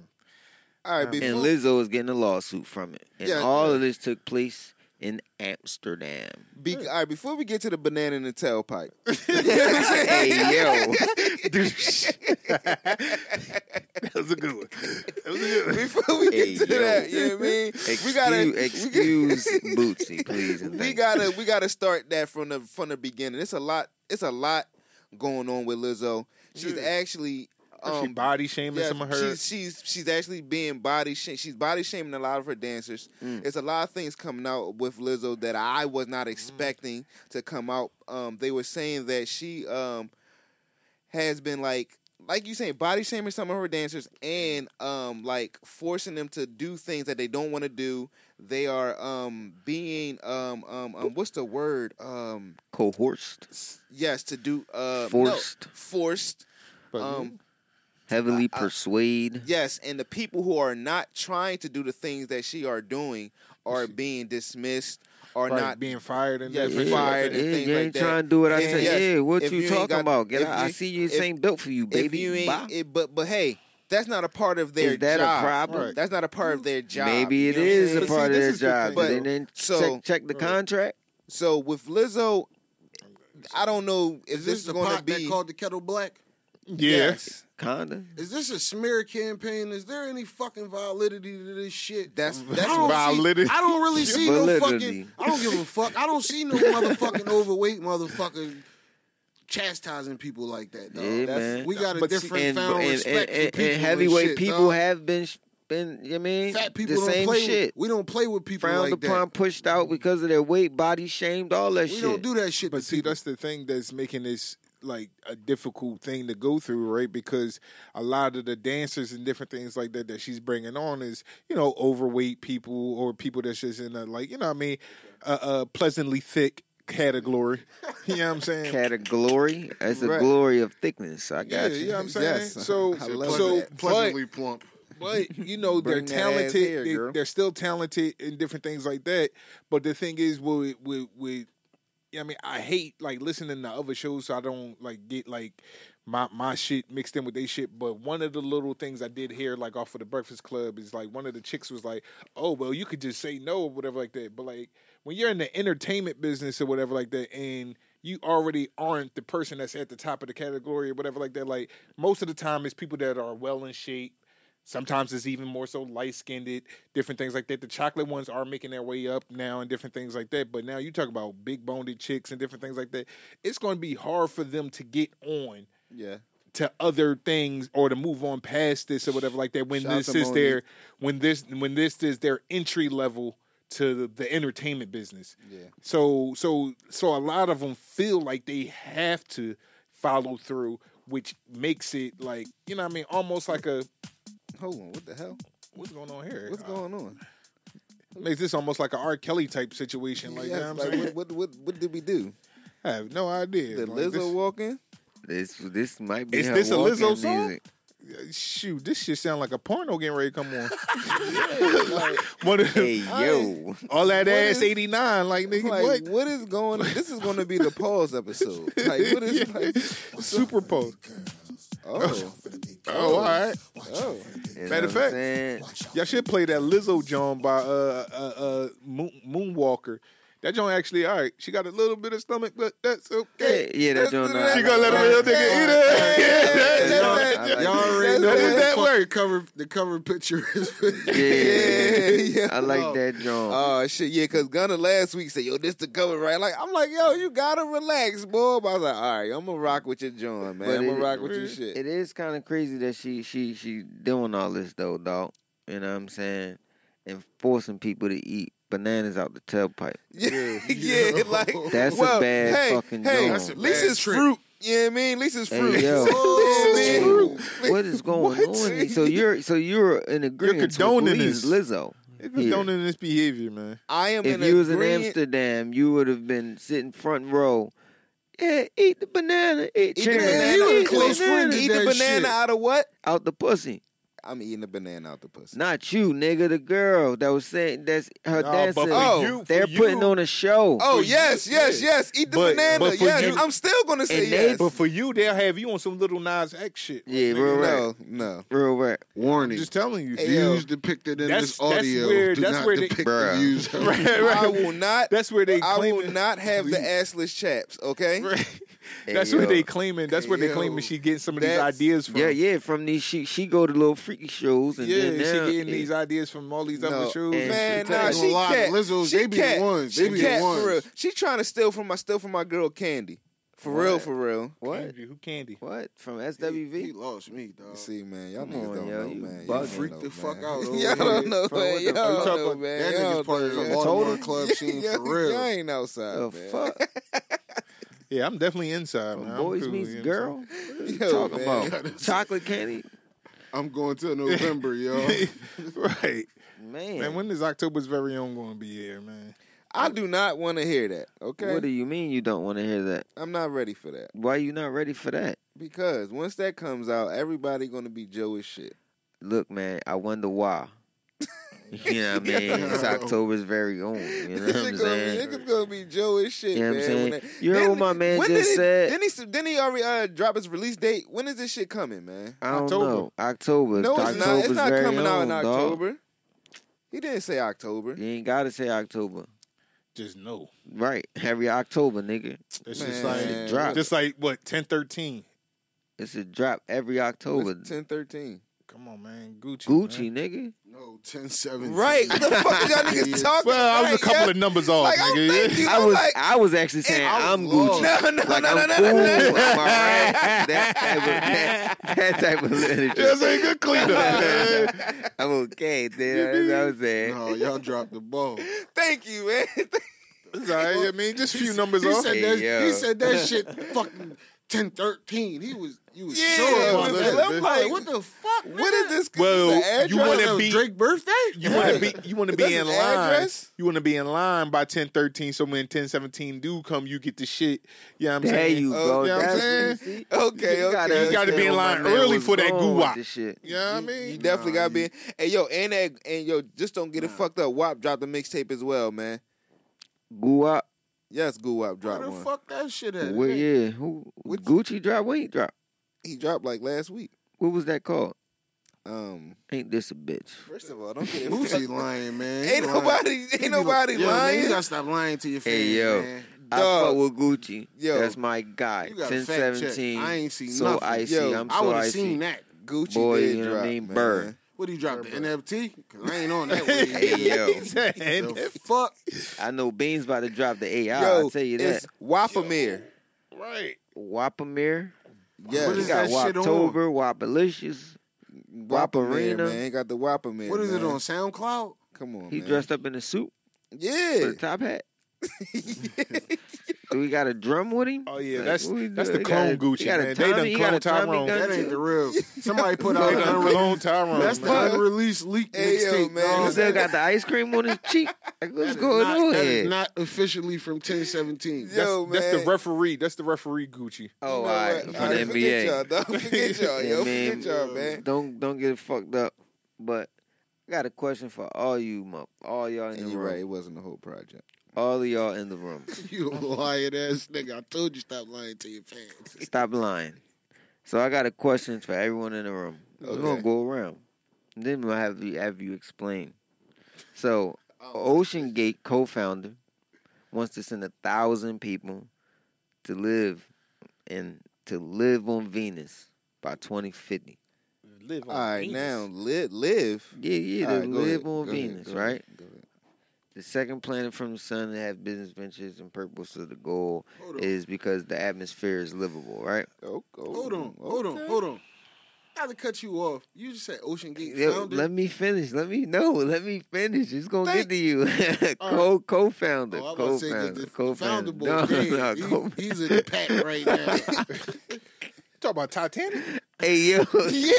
All right, before, And Lizzo is getting a lawsuit from it. And Yeah, all yeah. of this took place in Amsterdam. (laughs) be, all right, before we get to the banana in (laughs) the tailpipe, (laughs) hey (laughs) yo, That was a good one. That was a good one. before we get Hey, to yo. that, you know what I mean? excuse, we gotta excuse Bootsy, (laughs) please. And we thank gotta we gotta start that from the from the beginning. It's a lot. It's a lot going on with Lizzo. She's actually she um, body shaming yeah, some of her. She's, she's she's actually being body sh- she's body shaming a lot of her dancers. Mm. It's a lot of things coming out with Lizzo that I was not expecting to come out. Um, they were saying that she um has been like like you saying body shaming some of her dancers and um like forcing them to do things that they don't want to do. They are um being um um, um what's the word um coerced, yes to do uh no, Forced. forced But- um heavily persuade. Yes, and the people who are not trying to do the things that she are doing are being dismissed or Probably not. being fired and Yeah, that. for fired yeah, and things you like ain't that. trying to do what I And say. yes, yeah, what if you, you ain't talking got- about? Get if out. I you- see you this if- ain't built for you, If baby. you Bye. ain't, it, but but hey, that's not a part of their Is that a job. problem? Right. That's not a part of their job. Maybe it you know what I'm is saying? a But see, part of this their is the job. thing. But But- and then so- check check the contract. So with Lizzo, I don't know if Is this this is the going to pot be. that called the kettle black? Yes. Kinda. Is this a smear campaign? Is there any fucking validity to this shit? (laughs) That's I that's don't see- Validity. I don't (laughs) really see no Validity. fucking. I don't give a fuck. I don't (laughs) see no motherfucking overweight motherfucker chastising people like that. Dog. Yeah, man. We got a But see- different And, found and, respect and, for and, people and heavyweight shit, people dog. have been sh- been. You know what I mean fat people the don't same play. shit. With, we don't play with people Frowned like that. upon, pushed out because of their weight, body shamed, all that we shit. don't do that shit. But to see, people. that's the thing that's making this like a difficult thing to go through, right? Because a lot of the dancers and different things like that that she's bringing on is, you know, overweight people or people that's just in a like, you know, what I mean, a, a pleasantly thick category. you know what I'm saying? Category. That's the Right. glory of thickness. yeah, I got you you. know what I'm saying. Yes. So, I love so that. but pleasantly plump. but you know they're Bring that ass talented. here, they, girl. they're still talented in different things like that. But the thing is, with with with, I mean, I hate like listening to other shows, so I don't like get like my my shit mixed in with their shit. But one of the little things I did hear like off of the Breakfast Club is like one of the chicks was like, "Oh well, you could just say no or whatever like that." But like when you're in the entertainment business or whatever like that, and you already aren't the person that's at the top of the category or whatever like that. Like most of the time, it's people that are well in shape. Sometimes it's even more so light skinned, different things like that. The chocolate ones are making their way up now and different things like that. But now you talk about big boned chicks and different things like that. It's going to be hard for them to get on Yeah, to other things or to move on past this or whatever like that when Shout out this to is Monique. their when this when this is their entry level to the entertainment business. Yeah. So so so a lot of them feel like they have to follow through which makes it like, you know what I mean, almost like a hold on. What the hell? what's going on here? Uh, What's going on? Makes this almost like a R. Kelly type situation. Like, you Yes, know what I'm like, saying? what, what what what did we do? I have no idea. Did like, Lizzo this- walking? This this might be Is (laughs) her this a Lizzo walk-in song? music. Shoot, this shit sound like a porno getting ready to come on. Like, what is- Hey yo, all that ass is- eighty nine, like nigga, Like, what? what is going? This is going to be the pause episode. Like, what is? Like, Super Bowl. oh, (laughs) Oh, all right. oh, You know Matter of what fact. I'm saying? (laughs) Y'all should play that Lizzo John by uh uh, uh Moon, Moonwalker. That joint actually all right. She got a little bit of stomach, but that's okay. Yeah, yeah, that joint She alright. gonna let a real nigga eat Y'all, it. (laughs) Yeah, that- that- I like y'all that. already know That is what that the, fuck word. the cover the cover picture is. (laughs) yeah, yeah. I like that joint. Oh shit, yeah, cause Gunner last week said, "Yo, this the cover, right?" Like, I'm like, "Yo, you gotta relax, boy." But I was like, "All right, I'm gonna rock with your joint, man. But I'm gonna it- rock with your shit." It is kind of crazy that she she she doing all this though, dog. You know what I'm saying? And forcing people to eat bananas out (laughs) the tailpipe. (laughs) yeah, yeah, like That's a well, bad hey, fucking hey, joint. That's a bad Lisa's trip. fruit. You know what I mean? Lisa's Hey, fruit. yo. (laughs) Lisa's Hey, fruit. what is going (laughs) What? on? here? So you're so you're in agreement condoning with Liz, this. Lizzo. It here. was done in this behavior, man. (laughs) I am If in you was in agreeing- Amsterdam, you would have been sitting front row. Yeah, eat the banana, eat, Eat the chicken, banana, you eat was the close banana. friend to Eat that the banana shit. out of what? out the pussy. I'm eating a banana out the pussy. Not you, nigga. The girl that was saying that's her Nah, dad but said for Oh, you- for they're you- putting on a show. Oh yes, yes, yes. Eat the but- banana. but for yes, you- I'm still gonna say And they- yes. But for you, they'll have you on some little Nas X shit. yeah, real rap, no, no. real rap. I'm Warning. just telling you. Hey, Views depicted in That's- this that's audio where- do that's not where they- depict the Bruh. views. of- (laughs) (laughs) (laughs) Right, I right. will not. That's where they I will claiming. not have the Please. assless chaps. Okay. (laughs) Right. Hey, That's where yo. they claiming. That's where they Yo, claiming she getting some of these that's- ideas from. Yeah, yeah. From these, she she go to little freaky shows and Yeah, then she now, getting yeah. these ideas from all these No, eh, other shoes. and Man, shit. nah, Ain't gonna she lie, cat. Lizzo's, she they be the cat. ones. She They be the cat ones. for real. She trying to steal from my steal from my girl Candy. For real, for real. What? Candy, who candy? (laughs) What? From He SWV? lost me, dog. See, man, y'all Come niggas on, don't yo, know, you man. bugging. Y'all don't Freak know, the fuck man. out over Y'all don't here. know, From man. what the Y'all fuck? don't know, Talking- man. That Y'all nigga's don't part know, of the (laughs) man. Baltimore club Yeah, scene yeah, for real. Y'all ain't outside, The man. fuck? (laughs) Yeah, I'm definitely inside. man. I'm Boys cool, meets you know what I'm girl. Yo, Talking man. (laughs) about (laughs) chocolate candy. I'm going till November, (laughs) yo. saying? (laughs) right. Man, Man, when is October's very own going to be here, man? I do not want to hear that. Okay, what do you mean you don't want to hear that? I'm not ready for that Why you not ready for that? because once that comes out, everybody gonna be Joe as shit. Look, man, I (laughs) wonder why. you know what I mean? It's October's very own. (laughs) You know what I'm Niggas gonna, saying? be, niggas gonna be Joe as shit, You know what man. I'm When saying? that- You heard then- what my man when just did he, said? Then he, s- then he already uh, dropped his release date. When is this shit coming, man? I don't October. know. October. No, it's October's not. It's not very coming out in own, dawg. October. He didn't say October. You ain't gotta say October. Just no. Right. Every October, nigga. It's Man. just like Just drop. just like what 10, 13. It's a drop every October. It's 10 (laughs) 13. Come on, man, Gucci. Gucci, man. nigga. No, 10-17. Right. What the fuck is y'all Yeah. niggas talking Well, I right, was a couple yeah? of numbers off, Like, oh, thank nigga. (laughs) you. Yeah. (laughs) I I'm was like- I was actually saying I was I'm lost. Gucci. No, no, Like no, I'm no, no, cool. no, no, Am I right? That (laughs) type of that, that type of literature. That's a good (laughs) cleanup. man. I'm okay, dude. That's what I'm saying. (laughs) No, y'all dropped the (laughs) ball. Thank you, man. (laughs) It's all right. I mean, just a few numbers He off. said, Hey, that, yo. he said (laughs) that shit fucking 10-13. He was, you was Yeah, sure it about was- that. I'm Like, like, what the fuck, man? what is this? Well, this an you That wanna was be- Drake birthday? You want to be you want to be That's in an line. address? You want to be in line by ten thirteen. So when ten seventeen do come, you get the shit. Yeah, I'm There saying. you Uh, go. you know what I'm That's saying. see? Okay, You gotta, okay. You gotta be in understand where line my man early was for that going with guwap. this shit. You know what I You mean? definitely Nah, got to be. you- in- Hey, yo, and that, and yo, just don't get it fucked up. WAP dropped a mixtape as well, man. Guwap. Yes, Goo WAP Where dropped the one. fuck that shit at? (laughs) Well, yeah. Who? Which- Gucci drop? When he drop? He dropped like last week. What was that called? Um, Ain't this a bitch? first of all, don't get it (laughs) Gucci lying, man. He Ain't lying. nobody, He ain't be like- nobody Yo, man, lying. you gotta stop lying to your fans, Hey, yo. man. I Dog. fuck with Gucci. Yo. That's my guy. You gotta Ten fact check. seventeen. I ain't seen so nothing. icy. Yo, I'm I so would have icy. seen that. Gucci Boy, did you know what I drop, mean? man. Bird. What he dropped the NFT? Cause I ain't on (laughs) that. wave, (laughs) Hey, nigga. yo. And The fuck? I know Beans about to drop the AI. Yo, I'll tell you that. It's Wapamir. right. Wapamir. Yes. What We is got that shit on? Waptober, Wapalicious. Wapamir, Waparina? man. He got the Wapamir. What is it man. on SoundCloud? Come on, He man. dressed up in a suit Yeah. with a (laughs) top hat. Do we got a drum with him? Oh yeah, Like, that's what we that's do? the He clone got a- Gucci he got a man. They done Tommy- he got clone a Tommy Tyrone. gun. Oh, That ain't the (laughs) real. Somebody put out They an done unreleased. clone Tyrone. That's the man. unreleased leak Hey, yo, mixtape, man. He dog. still got the ice cream on his cheek. Like, what's Oh, That is going not- on That here? is not officially from 1017. That's, Yo, that's man. the referee. That's the referee Gucci. oh, You know all right, what? from All right, the Forget NBA. y'all, (laughs) dog. Forget y'all, Yeah, yo. man. Forget y'all, man. Don't don't get it fucked up. But I got a question for all you, mo- all y'all in And the you're right, room. it wasn't the whole project. All of y'all in the (laughs) room. You lying ass nigga. I told you stop lying to your fans. Stop lying. So I got a question for everyone in the room. We're gonna Okay. go around. Then we'll have you have you explain. So Ocean Gate co-founder wants to send a thousand people to live and to live on Venus by 2050. Live All right, now live. live. Yeah, yeah, to All right, go live ahead, on go ahead, Venus, go ahead, right? go ahead. The second planet from the sun to have business ventures and purpose of the goal Hold on. is because the atmosphere is livable, right? Oh, oh, Hold on, hold on, okay. hold on. Not to cut you off. You just said Ocean Gate Yo, founder. let me finish. Let me know. (laughs) Let me finish. It's gonna Thank- get to you. (laughs) All Co co-founder, Oh, I was about to say, 'cause the founder co-founder, co-founder. boy dead. No, no, He- co- he's in the pack right (laughs) now. Talk about Titanic. hey yo, Yeah.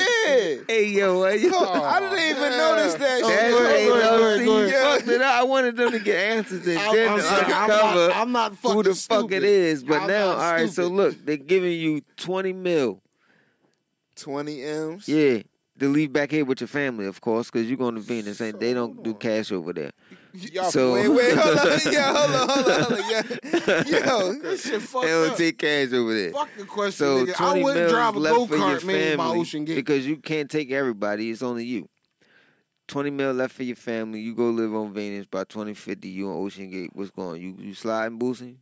hey yo, hey yo. I didn't even notice that. Oh, That's shit. what Oh, go ahead, they know. go ahead, See, go you ahead. fucked it up. I wanted them to get answers and I'm, then I'm sorry, I'm uncover not, I'm not fucking who the fuck stupid. it is. But I'm now, not all right. So stupid. look, they're giving you twenty mil. 20 M's. Yeah, to leave back here with your family, of course, because you're going to Venus and they don't do cash over there. Y'all So- (laughs) Wait, wait, hold on. Yeah, hold on, hold on, hold on. Yeah. (laughs) Yo, This shit They fucked don't up. take cash over there. Fuck the question, So nigga. I twenty wouldn't mil drive a go left for your kart made by family Ocean Gate. because you can't take everybody. It's only you. Twenty mil left for your family. You go live on Venus by twenty fifty. You on Ocean Gate. What's going? on? You you sliding, boosting?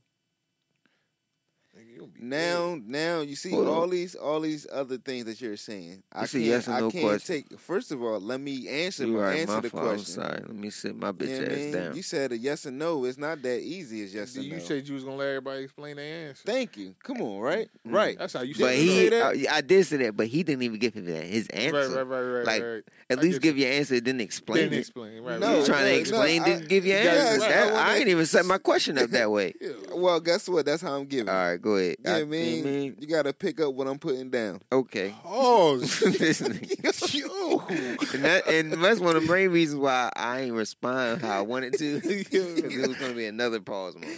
Now, now you see Hold on. all these, all these other things that you're saying. I It's a can't, yes or I no can't question. take. First of all, let me answer, You right, answer my the fault. I'm question. sorry. Let me sit my You know bitch what I ass mean? down. You said a yes or no. It's not that easy. as yes or you no. said you was gonna let everybody explain their answer. Thank you. Come on, right, right. That's how you said Mm. but it. he, right, I, I did say that, but he didn't even give him that. His answer. right, right, right, like, right. At I least get give your answer. Then explain Then it. explain. Right, No, you right. trying no, to explain? no, I- didn't give your Yes, answers. right, That- I wanna- I ain't even set my question up that (laughs) way. Well, guess what? That's how I'm giving. All it. right, go ahead. You know I- what I mean? You gotta pick up what I'm putting (laughs) down. Okay. (laughs) Pause. (laughs) This nigga. And that and that's one of the main reasons why I ain't respond how I wanted (laughs) to. Because it was gonna be another pause moment.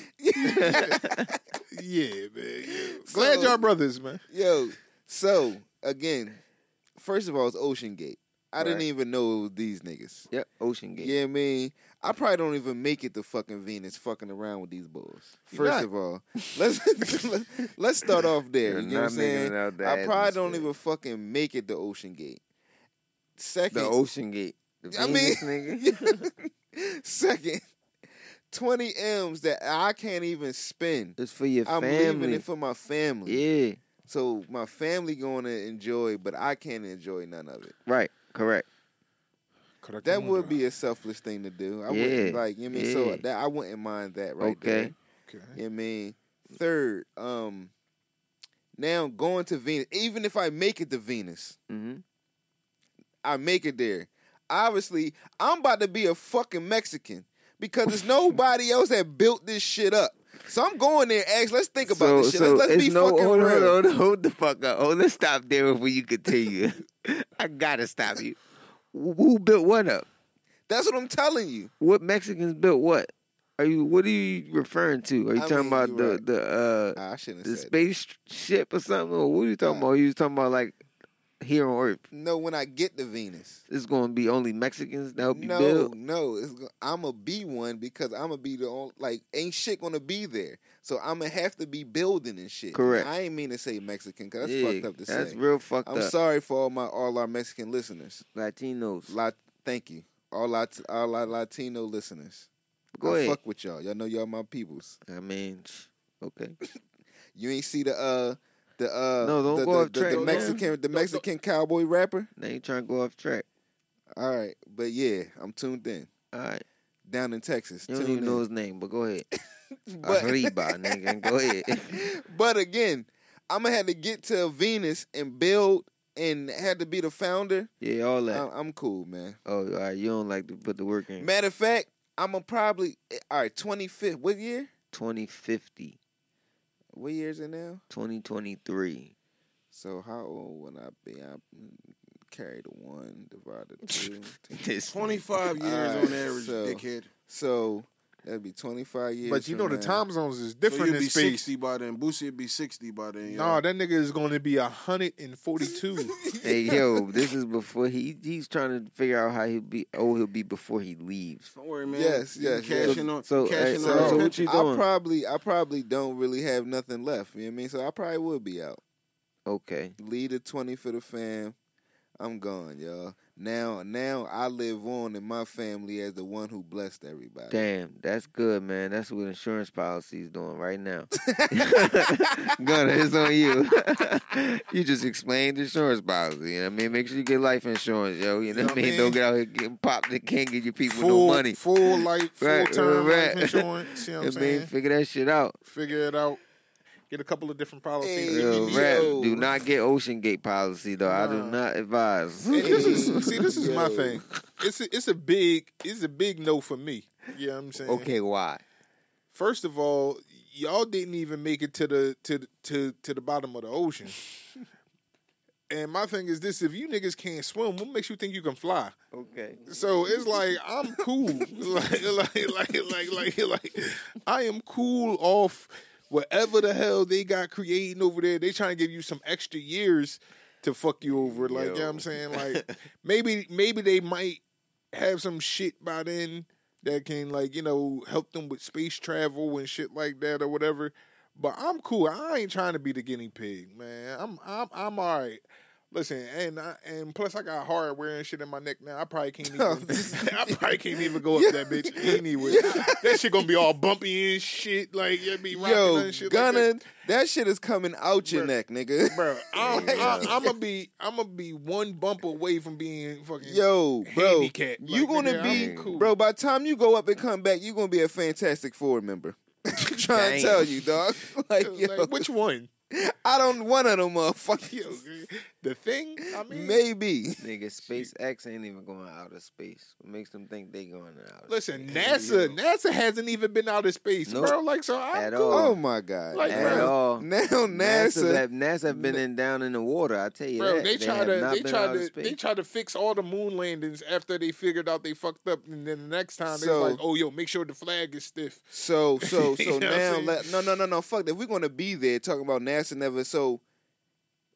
yeah, man. yeah. Glad So- y'all brothers, man. Yo, so again, first of all, it's Ocean Gate. I didn't Right. even know it was these niggas. Yep, Ocean Gate. Yeah, I mean, I probably don't even make it to fucking Venus fucking around with these bulls. First of all, let's (laughs) let's start off there. You're you know what I'm not making saying? it out the I probably don't atmosphere. even fucking make it to Ocean Gate. Second, The Ocean Gate. The I mean- Venus nigga. (laughs) second, twenty m's that I can't even spend. It's for your I'm leaving family. it for my family. yeah. So my family going to enjoy, but I can't enjoy none of it. Right. Correct. That would be a selfless thing to do. I wouldn't Yeah, like you know what I mean so yeah. that I wouldn't mind that right there. okay. Okay. You know what I mean third, um now going to Venus, even if I make it to Venus, hmm I make it there. Obviously, I'm about to be a fucking Mexican because (laughs) there's nobody else that built this shit up. So I'm going there, Ask, let's think about so, this shit. so let's let's it's be no, fucking hold, on, real. hold, on, hold the fuck up. Oh, let's stop there before you continue. (laughs) I gotta stop you. Who who built what up? That's what I'm telling you. What Mexicans built what? Are you what are you referring to? Are you I talking mean, about you the right. the uh Ah, I shouldn't the have said that. spaceship or something? Or what are you talking about? You was talking about like here on Earth, No, when I get to Venus. it's going to be only Mexicans to help you no, build. no, it's, go- I'ma be one because I'ma be the only like ain't shit gonna be there, so I'ma have to be building and shit. Correct. I ain't mean to say Mexican because that's Yeah, fucked up to that's say. real fucked I'm up. sorry for all my all our Mexican listeners. Latinos. Lot, thank you, all our all our Latino listeners. Go I ahead. Fuck with y'all. Y'all know y'all my peoples. I mean, sh- okay. You ain't see the uh the uh No, don't the, go the, off the, track, the man. Mexican the Mexican cowboy rapper. Now you trying to go off track. All right, but yeah, I'm tuned in All right. down in Texas. (laughs) You don't Tuned even in. know his name, but go ahead. But- (laughs) Arriba, nigga. Go ahead. (laughs) but again, I'm gonna have to get to Venus and build and had to be the founder. yeah, all that. I- I'm cool, man. oh, all right. You don't like to put the work in. Matter of fact, I'm gonna probably eh, all right. 25th. What year? 2050, What year is it now? 2023. So how old would I be? I mm, carry the one divided two. (laughs) (laughs) This 25 years (laughs) Alright, on average, so- dickhead. so That'd be 25 years. But you know from the now. time zones is So different you'll in be space. sixty by then. Boosie would be sixty by then. No, that nigga is going to be hundred and forty-two. (laughs) Hey yo, this is before he he's trying to figure out how he'll be old he'll be before he leaves. Don't worry, man. Yes, You yes, yes. Cashing on, So, uh, cashing so- on. so that what you picture. I doing? probably I probably don't really have nothing left. You know what I mean? So I probably would be out. Okay. Lead a twenty for the fam. I'm gone, y'all. Now now I live on in my family as the one who blessed everybody. Damn, that's good, man. That's what insurance policy is doing right (laughs) now. Gunner, it's on you. (laughs) you just explained insurance policy. You know what I mean? Make sure you get life insurance, yo. You know, what I mean? Don't get out here getting popped that can't give you people full, no money. full life, full Right, term right. life insurance. You know I what I'm mean, saying? figure that shit out. Figure it out. Get a couple of different policies. Yo, Yo. rap, do not get Ocean Gate policy though. I do not advise. Hey, see, this is my thing. It's a, it's a big it's a big no for me. You know what I'm saying? (laughs) okay, why? First of all, y'all didn't even make it to the to the- to to the bottom of the ocean. And my thing is this: if you niggas can't swim, what makes you think you can fly? Okay. So it's like I'm cool, like, like like like like like I am cool off whatever the hell they got creating over there. They trying to give you some extra years to fuck you over. Like you know what I'm saying, like maybe maybe they might have some shit by then that can like you know help them with space travel and shit like that or whatever. But I'm cool. I ain't trying to be the guinea pig, man. I'm I'm I'm all right. Listen, and I, and plus I got hardware and shit in my neck now. I probably can't (laughs) even. (laughs) I probably can't even go up that bitch anyway. That shit gonna be all bumpy and shit. Like you know what I (laughs) mean? rocking Yo, and shit like Gunna, that. that. shit is coming out your Bruh. neck, nigga. bro. I'm, I'm, I'm gonna be I'm gonna be one bump away from being (laughs) fucking Yo, bro, Handicap. Like, you gonna nigga, be I'm cool. bro. By the time you go up and come back, you gonna be a fantastic four member. (laughs) Trying to Damn. tell you, dog. (laughs) (laughs) Like, yo, Like, which one? I don't want of them motherfuckers. (laughs) Yo, the thing. I mean, Maybe. Nigga, SpaceX ain't even going out of space. What makes them think they going out? listen, NASA NASA hasn't even been out of space, Nope. bro. Like so, I'm At cool. all. Oh my god. Like, At bro, all. now NASA NASA, have, NASA have been in, down in the water. I tell you Bro, that. they try have to not they been try out of to they (laughs) space. try to fix all the moon landings after they figured out they fucked up, and then the next time So- they like, "Oh, yo, make sure the flag is stiff." So so You so know what I'm now saying? let, no no no no fuck that we're gonna be there talking about NASA never so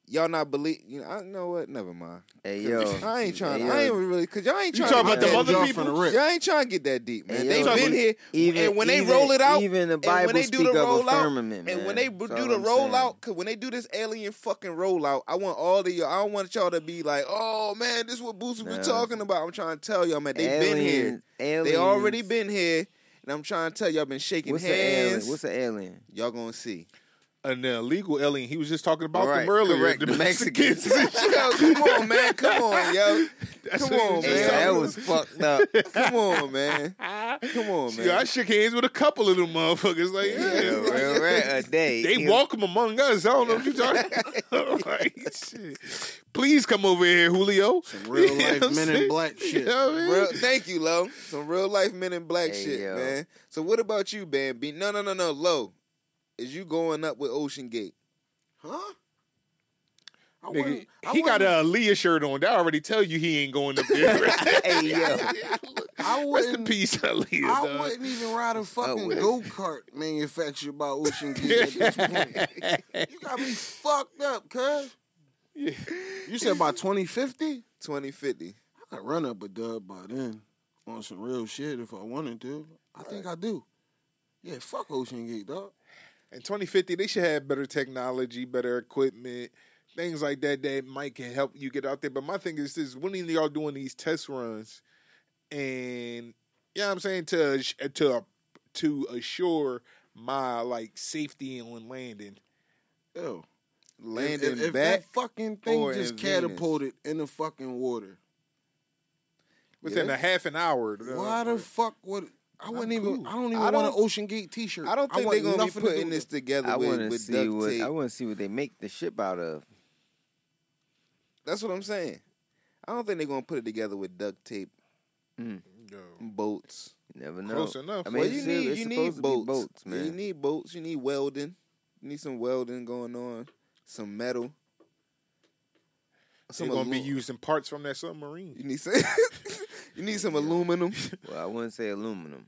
y'all not believe you know I know what never mind hey yo, (laughs) I ain't trying hey, I yo, ain't really cause y'all ain't You trying talking to about get the that other Drop deep. people? from the rip. y'all ain't trying to get that deep man Hey, they've yo. been here even, and when they even- roll it out even the and when Bible they do speak the of a rollout firmament, man. and when they That's do all the I'm rollout cause when they do this alien fucking rollout I want all of y'all I don't want y'all to be like oh man this is what Boosie Nah. was talking about I'm trying to tell y'all man saying. they've been here Aliens- they already aliens. been here, and I'm trying to tell y'all been shaking What's an hands. alien? What's an alien? y'all gonna see. An illegal alien. He was just talking about All right, them (laughs) earlier. (laughs) correct, the Mexicans. yo, come on, man. Come on, yo. Come on, Hey, yo, man. that was (laughs) fucked up. Come on, man. Come on, man. Yo, I shook hands with a couple of them motherfuckers. Like, yeah, Yo, like, real rap, a day. they He- welcome among us. I don't know what you're talking. about. (laughs) like, shit. Please come over here, Julio. Real (laughs) You know life what I'm men in saying? black (laughs) You shit. know what I mean? Real- thank you, Lo. Some real life men in black Hey, shit, yo. man. So what about you, Bambi? No, no, no, no. Lo, is you going up with Ocean Gate? Huh? I Nigga, wouldn't- I he got a wouldn't- Aaliyah shirt on. That already tell you he ain't going up (laughs) there. (laughs) Hey yo, I Rest in wouldn't. peace, Aaliyah. I dog. wouldn't even ride a fucking wouldn't. go kart manufactured by Ocean Gate (laughs) at this point. You got me fucked up, cuz. You said by 2050? 2050. I could run up a dub by then on some real shit if I wanted to. I think I do. Yeah, fuck Ocean Gate, dog. In 2050, they should have better technology, better equipment, things like that that might can help you get out there. But my thing is this: when are y'all doing these test runs? And yeah, I'm saying to ass- to to assure my like safety on landing. Ew. If- Landing if, if back. that fucking thing or just in Venus? catapulted in the fucking water, Within Yeah. a half an hour, uh, why the fuck would I wouldn't even? I don't even I want an don't- Ocean Gate T-shirt. I don't think want they're gonna be nothing to do putting with this it. together I want with, to with see duct what tape. I want to see what they make the ship out of. That's what I'm saying. I don't think they're gonna put it together with duct tape, bolts. You never know. close enough. I mean, Well, you it's, need it's you supposed need to boats. be boats, Yeah, man. You need boats. You need welding. You need some welding going on. Some metal. They're gonna be alu- using parts from (laughs) that submarine. You need some. you need some aluminum. well, I wouldn't say aluminum.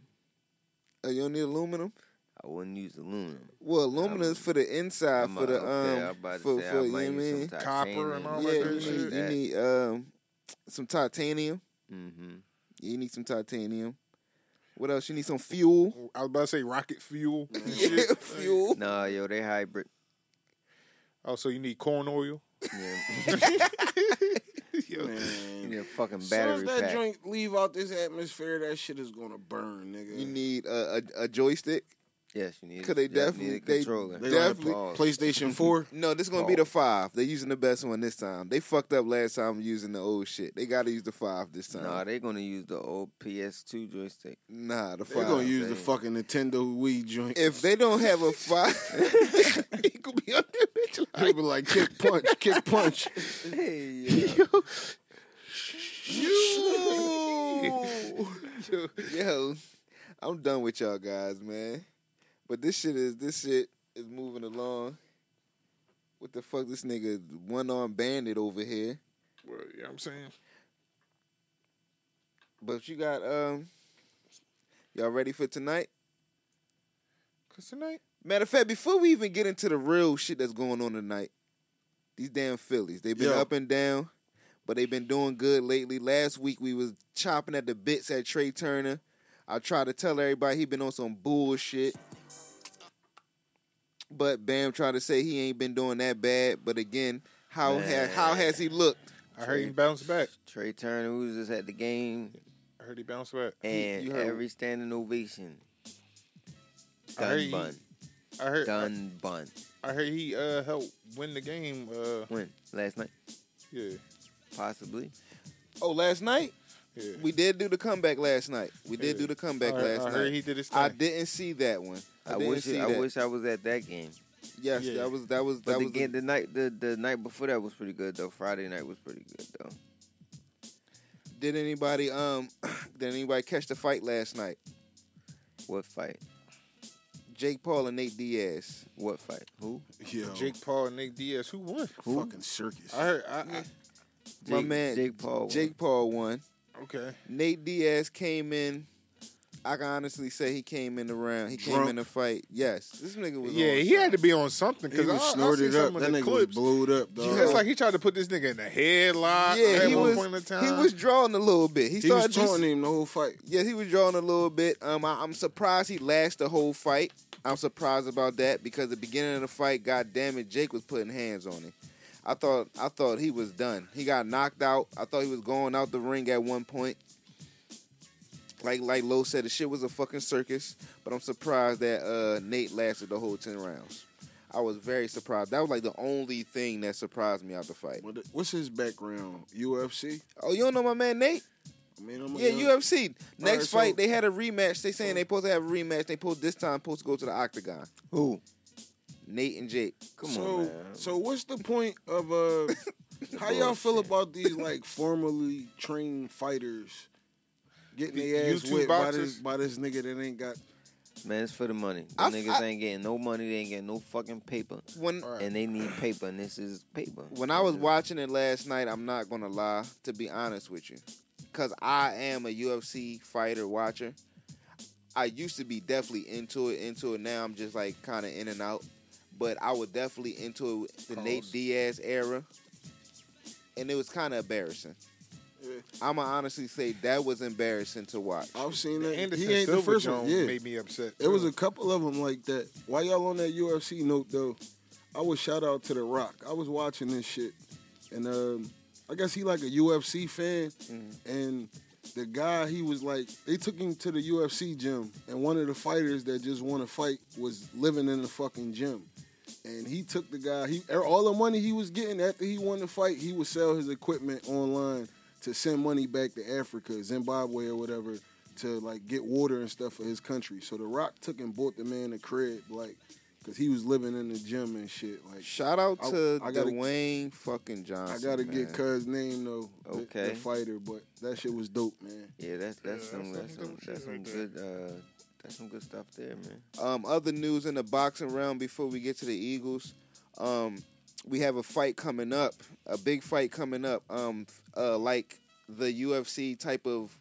Oh, you don't need aluminum. I wouldn't use aluminum. Well, aluminum is for the inside, I'm uh, for the um, okay, I'm about to for, say, for I you know what I might use some mean. Copper and all Yeah, that you good need, shit. you need um, some titanium. hmm You need some titanium. What else? You need some fuel. I was about to say rocket fuel. and Yeah, shit. (laughs) fuel. Nah, yo, they hybrid. Oh, so you need corn oil? (laughs) Yeah. (laughs) You (laughs) need a fucking Soon as battery that pack. joint leave out this atmosphere, that shit is gonna burn, nigga. You need a, a, a joystick. yes, you need. Could they you definitely- definitely need a they- controller. they like Definitely Pause. (laughs) PlayStation Four. No, this is gonna be the five. They're using the best one this time. They fucked up last time using the old shit. They gotta use the five this time. Nah, they gonna use the old PS2 joystick. nah the They're 5 gonna use the man. fucking Nintendo Wii joint. if they don't have a five, (laughs) he could be on that bitch. like- People like kick punch, kick punch. (laughs) Yo, I'm done with y'all guys, man. But this shit is this shit is moving along. What the fuck, this nigga one arm bandit over here? Well, you know what I'm saying? But you got um, y'all ready for tonight? Because tonight, Matter of fact, before we even get into the real shit that's going on tonight, these damn Phillies, they've been Yo. up and down, but they've been doing good lately. Last week we was chopping at the bits at Trey Turner. I tried to tell everybody he been on some bullshit. But Bam tried to say he ain't been doing that bad. But again, how ha- how has he looked? I heard he bounced back. Trey Turner was just at the game I heard he bounced back. and you heard- every standing ovation. I heard Done he- bun. I heard Done bun. I heard he uh helped win the game. Uh, When? Last night? yeah, Possibly. Oh, last night yeah. we did do the comeback. Last night we did do the comeback I heard, last I heard night. he did his thing. I didn't see that one. I, I, didn't wish see I that. wish I was at that game. yes, Yeah. that was that was But that the was the- game the night the, the night before that was pretty good though. Friday night was pretty good though. Did anybody um (coughs) did anybody catch the fight last night? What fight? Jake Paul and Nate Diaz. What fight? Who? (laughs) Yo, Jake Paul and Nick Diaz. Who won? fucking circus. I heard. I, My Jake- man, Jake Paul. won. Jake Paul won. I, okay. Nate Diaz came in. I can honestly say he came in the round. He came Drunk. in the fight. Yes, this nigga was. Yeah, on he something. had to be on something He because I, was I seen snorted some up. of That the nigga was clips. blowed up, dog. It's like he tried to put this nigga in the headlock. Yeah, at he one was. Point in time. He was drawing a little bit. He, he started. was doing- taunting him the whole fight. yes, he was drawing a little bit. Um, I, I'm surprised he lasted the whole fight. I'm surprised about that because the beginning of the fight, god damn it, Jake was putting hands on him. I thought I thought he was done. He got knocked out. I thought he was going out the ring at one point. Like like Lowe said, the shit was a fucking circus. But I'm surprised that uh, Nate lasted the whole ten rounds. I was very surprised. That was like the only thing that surprised me out the fight. What the- What's his background? UFC. Oh, you don't know my man Nate? I mean, I'm a Yeah, young- UFC. Next Alright, so- fight, they had a rematch. They saying they supposed to have a rematch. They supposed this time supposed to go to the octagon. Who? Nate and Jake. Come so, on, man. so what's the point of (laughs) uh? how y'all feel about these like formerly trained fighters getting The their ass YouTube whipped by boxers? this by this nigga that ain't got? Man, it's for the money. The I- niggas I- ain't getting no money. They ain't getting no fucking paper. When And they need paper, and this is paper. when I was watching it last night, I'm not gonna lie. To be honest with you, because I am a UFC fighter watcher. I used to be definitely into it. Into it now, I'm just like kind of in and out. But I was definitely into it, the Nate Diaz era, and it was kind of embarrassing. Yeah. I'ma honestly say that was embarrassing to watch. I've seen that. Anderson he ain't Silva the first Jones one. Yeah, made me upset. It was too. a couple of them like that. Why y'all on that UFC note though? I would shout out to The Rock. I was watching this shit, and um, I guess he like a UFC fan, and the guy he was like, they took him to the UFC gym, and one of the fighters that just want to fight was living in the fucking gym, and he took the guy. He er, all the money he was getting after he won the fight, he would sell his equipment online to send money back to Africa, Zimbabwe or whatever, to like get water and stuff for his country. So The Rock took and bought the man a crib, like, cause he was living in the gym and shit. Like, Shout out I- to I gotta- Dwayne fucking I Johnson. gotta man. get Cuz name though, the- the, Okay. fighter. But that shit was dope, man. Yeah, that's that's Yeah, some that's that's some some dope that's shit some right there. good uh that's some good stuff there, man. Um, other news in the boxing realm before we get to the Eagles. Um, we have a fight coming up, a big fight coming up. Um, uh, like the UFC type of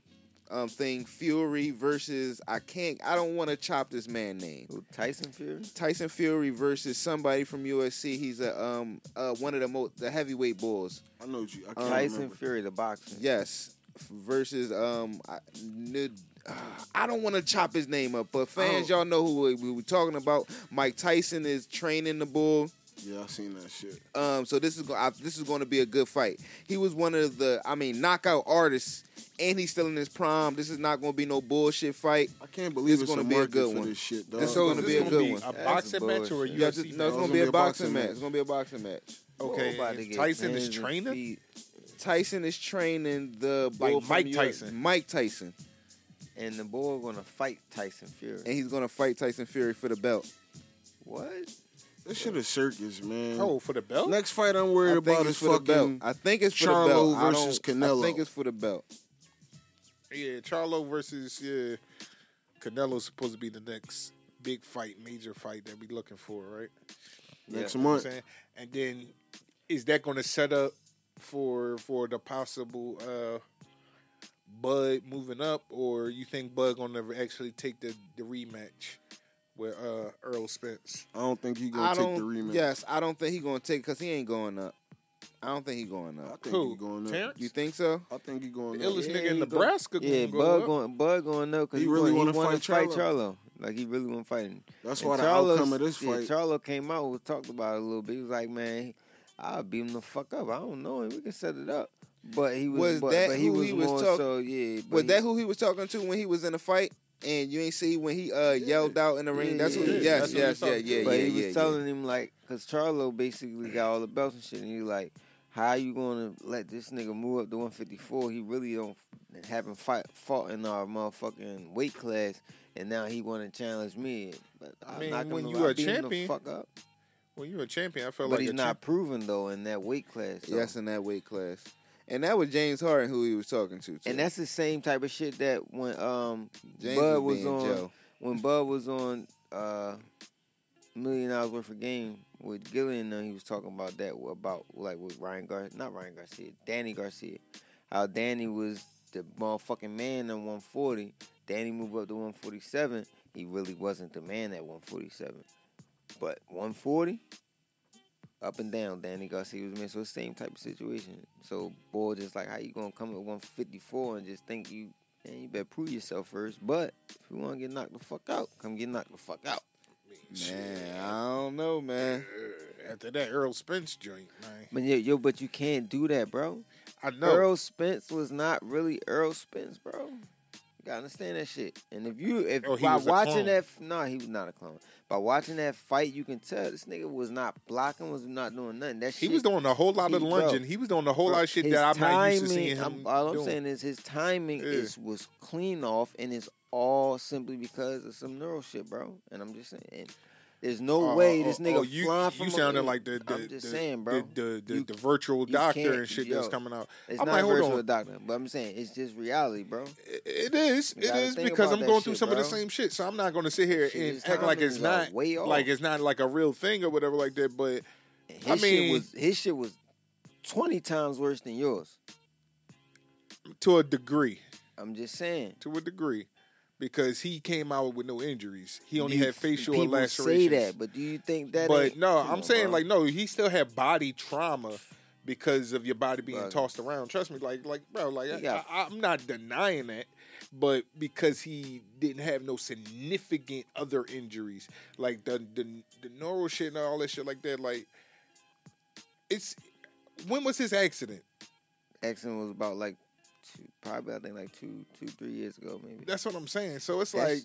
um thing Fury versus I can't I don't want to chop this man name. Who, Tyson Um, Fury? Tyson Fury versus somebody from USC. He's a um uh one of the most the heavyweight bulls. I know you. I can't Tyson remember. Fury, the boxer. Yes, versus um I, n- (sighs) I don't want to chop his name up, but Oh. fans y'all know who we, we were talking about. Mike Tyson is training the bull. Yeah, I seen that shit. Um, so this is go- I, this is going to be a good fight. He was one of the, I mean, knockout artists, and he's still in his prime. This is not going to be no bullshit fight. I can't believe This it's gonna a be a market good for one. this shit, dog. This is gonna this be a gonna good be one. A That's boxing match bullshit. or a Yeah, UFC just, no, match? it's going to be a boxing match. It's going to be a boxing match. Who about to Okay, get Tyson is hands and training. feet Tyson is training the Like bull from Mike US Tyson. Mike Tyson, And the boy gonna fight Tyson Fury. and he's going to fight Tyson Fury for the belt. what? This shit a circus, man. Oh, for the belt? Next fight I'm I worried think about it's is for the belt. fucking I think it's for Charlo the belt. I versus don't- I Canelo. think it's for the belt. Yeah, Charlo versus yeah, Canelo's supposed to be the next big fight, major fight that we looking for, right? next You know what month. I'm saying? And then is that going to set up for for the possible uh Bud moving up, or you think Bud gonna actually take the the rematch with uh Earl Spence? I don't think he I gonna don't. take the rematch. Yes, I don't think he's going to take because he ain't going up. I don't think he's going I up. think Who? he going up. Terrence? You think so? I think he The going up. illest Yeah, nigga in he Nebraska. Yeah, gonna go Bud up. going Bud going up because He he, really want wanna to fight, fight Charlo. Like he really want to fight him. That's And why the Charlo's- outcome of this yeah, fight. Charlo came out was talked about it a little bit. He was like, man, I'll beat him the fuck up. I don't know him. We can set it up. But he was, Was but, that but he who was he was more talk- so yeah. But Was he, that who he was talking to when he was in a fight? And you ain't see when he uh yelled out in the ring. Yeah, That's who. yeah, yeah. Yes, That's who he yes, yeah, talking to. yeah, yeah. But he yeah, was yeah. telling him like, cause Charlo basically got all the belts and shit, and he like, how you gonna let this nigga move up to 154? He really don't haven't fight fought in our motherfucking weight class, and now he want to challenge me. But I, mean, knock him when the- you I a beat him the champion, fuck up. When you're a champion, I felt But like he's a not proven though in that weight class. so- Yes, in that weight class. And that was James Harden who he was talking to. too. and that's the same type of shit that when um James Bud was was, being on Joe. when Bud was on uh million dollars worth of game with Gillian and he was talking about that about like with Ryan Garcia not Ryan Garcia Danny Garcia how Danny was the motherfucking man at 140 Danny moved up to 147 he really wasn't the man at 147 but 140 up and down. Danny Garcia was man, so it's same type of situation. So boy, just like how you gonna come at 154 and just think you, and you better prove yourself first. But if you wanna get knocked the fuck out, come get knocked the fuck out. man, I don't know, man. champ. After that Earl Spence joint, man. But yo, yo, but you can't do that, bro. I know. Earl Spence was not really Earl Spence, bro. You gotta understand that shit. And if you, if Oh, he by was a clone. watching that, no, nah, he was not a clone. By watching that fight, you can tell this nigga was not blocking, was not doing nothing. That he shit was doing a whole lot of He- bro. lunging. He was doing a whole lot of shit His that I'm not used to timing- seeing him. I'm- all I'm doing. saying is his timing Yeah. is was clean off, and it's all simply because of some neural shit, bro. And I'm just saying, and there's no Oh, way oh, this oh, nigga oh, you, flying you from. sounded a, like the, the I'm just the, saying, bro. the the, the, You- the virtual you doctor can't- and shit yo, that's coming out. it's I'm not like, hold virtual on. doctor, but I'm saying it's just reality, bro. It- It is. You It gotta is think because about I'm that going through shit, some of the bro. same shit. So I'm not going to sit here Shit, and his act like it's timings are not way off. like it's not like a real thing or whatever like that. But And I his mean- shit was his shit was twenty times worse than yours. to a degree, I'm just saying. to a degree, because he came out with no injuries. He only You- had facial people lacerations. Say that, but do you think that? but ain't- no, come I'm on, saying bro. like no, he still had body trauma because of your body being Bro. tossed around. Trust me, like like bro, like I, He got- I, I'm not denying that, but because he didn't have no significant other injuries, like the the the neural shit and all that shit like that, like it's when was his accident? Exxon was about like two, probably I think like two, two, three years ago maybe. That's what I'm saying. So it's like, That's-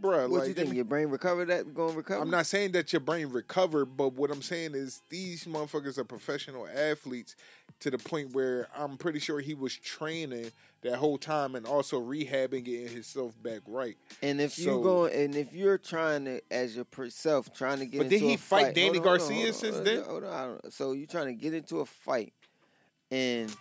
bro, what like you think? Your brain recovered that? Going to recover? I'm not saying that your brain recovered, but what I'm saying is these motherfuckers are professional athletes to the point where I'm pretty sure he was training that whole time and also rehabbing getting himself back right. And if So- you go and if you're trying to as your per- self trying to get But did into he a fight fight, Danny Hold on, hold on, Garcia hold on, since hold on, then? Hold on, I don't- so you're trying to get into a fight, and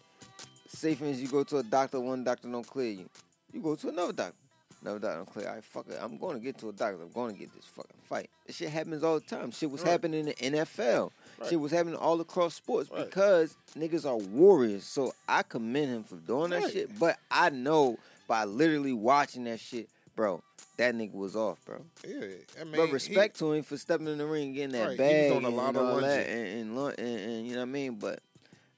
safe as you go to a doctor, one doctor don't clear you. You go to another doctor, another doctor don't clear. I fuck it. I'm going to get to a doctor. I'm going to get this fucking fight. This shit happens all the time. Shit was happening in the NFL. Shit was happening all across sports because niggas are warriors. So I commend him for doing that shit. But I know by literally watching that shit, bro. That nigga was off, bro. Yeah, I mean, but respect to him for stepping in the ring, getting that Right, he was bag, doing a and lot of all that, lunging. and, and, lun- and, and you know what I mean. But,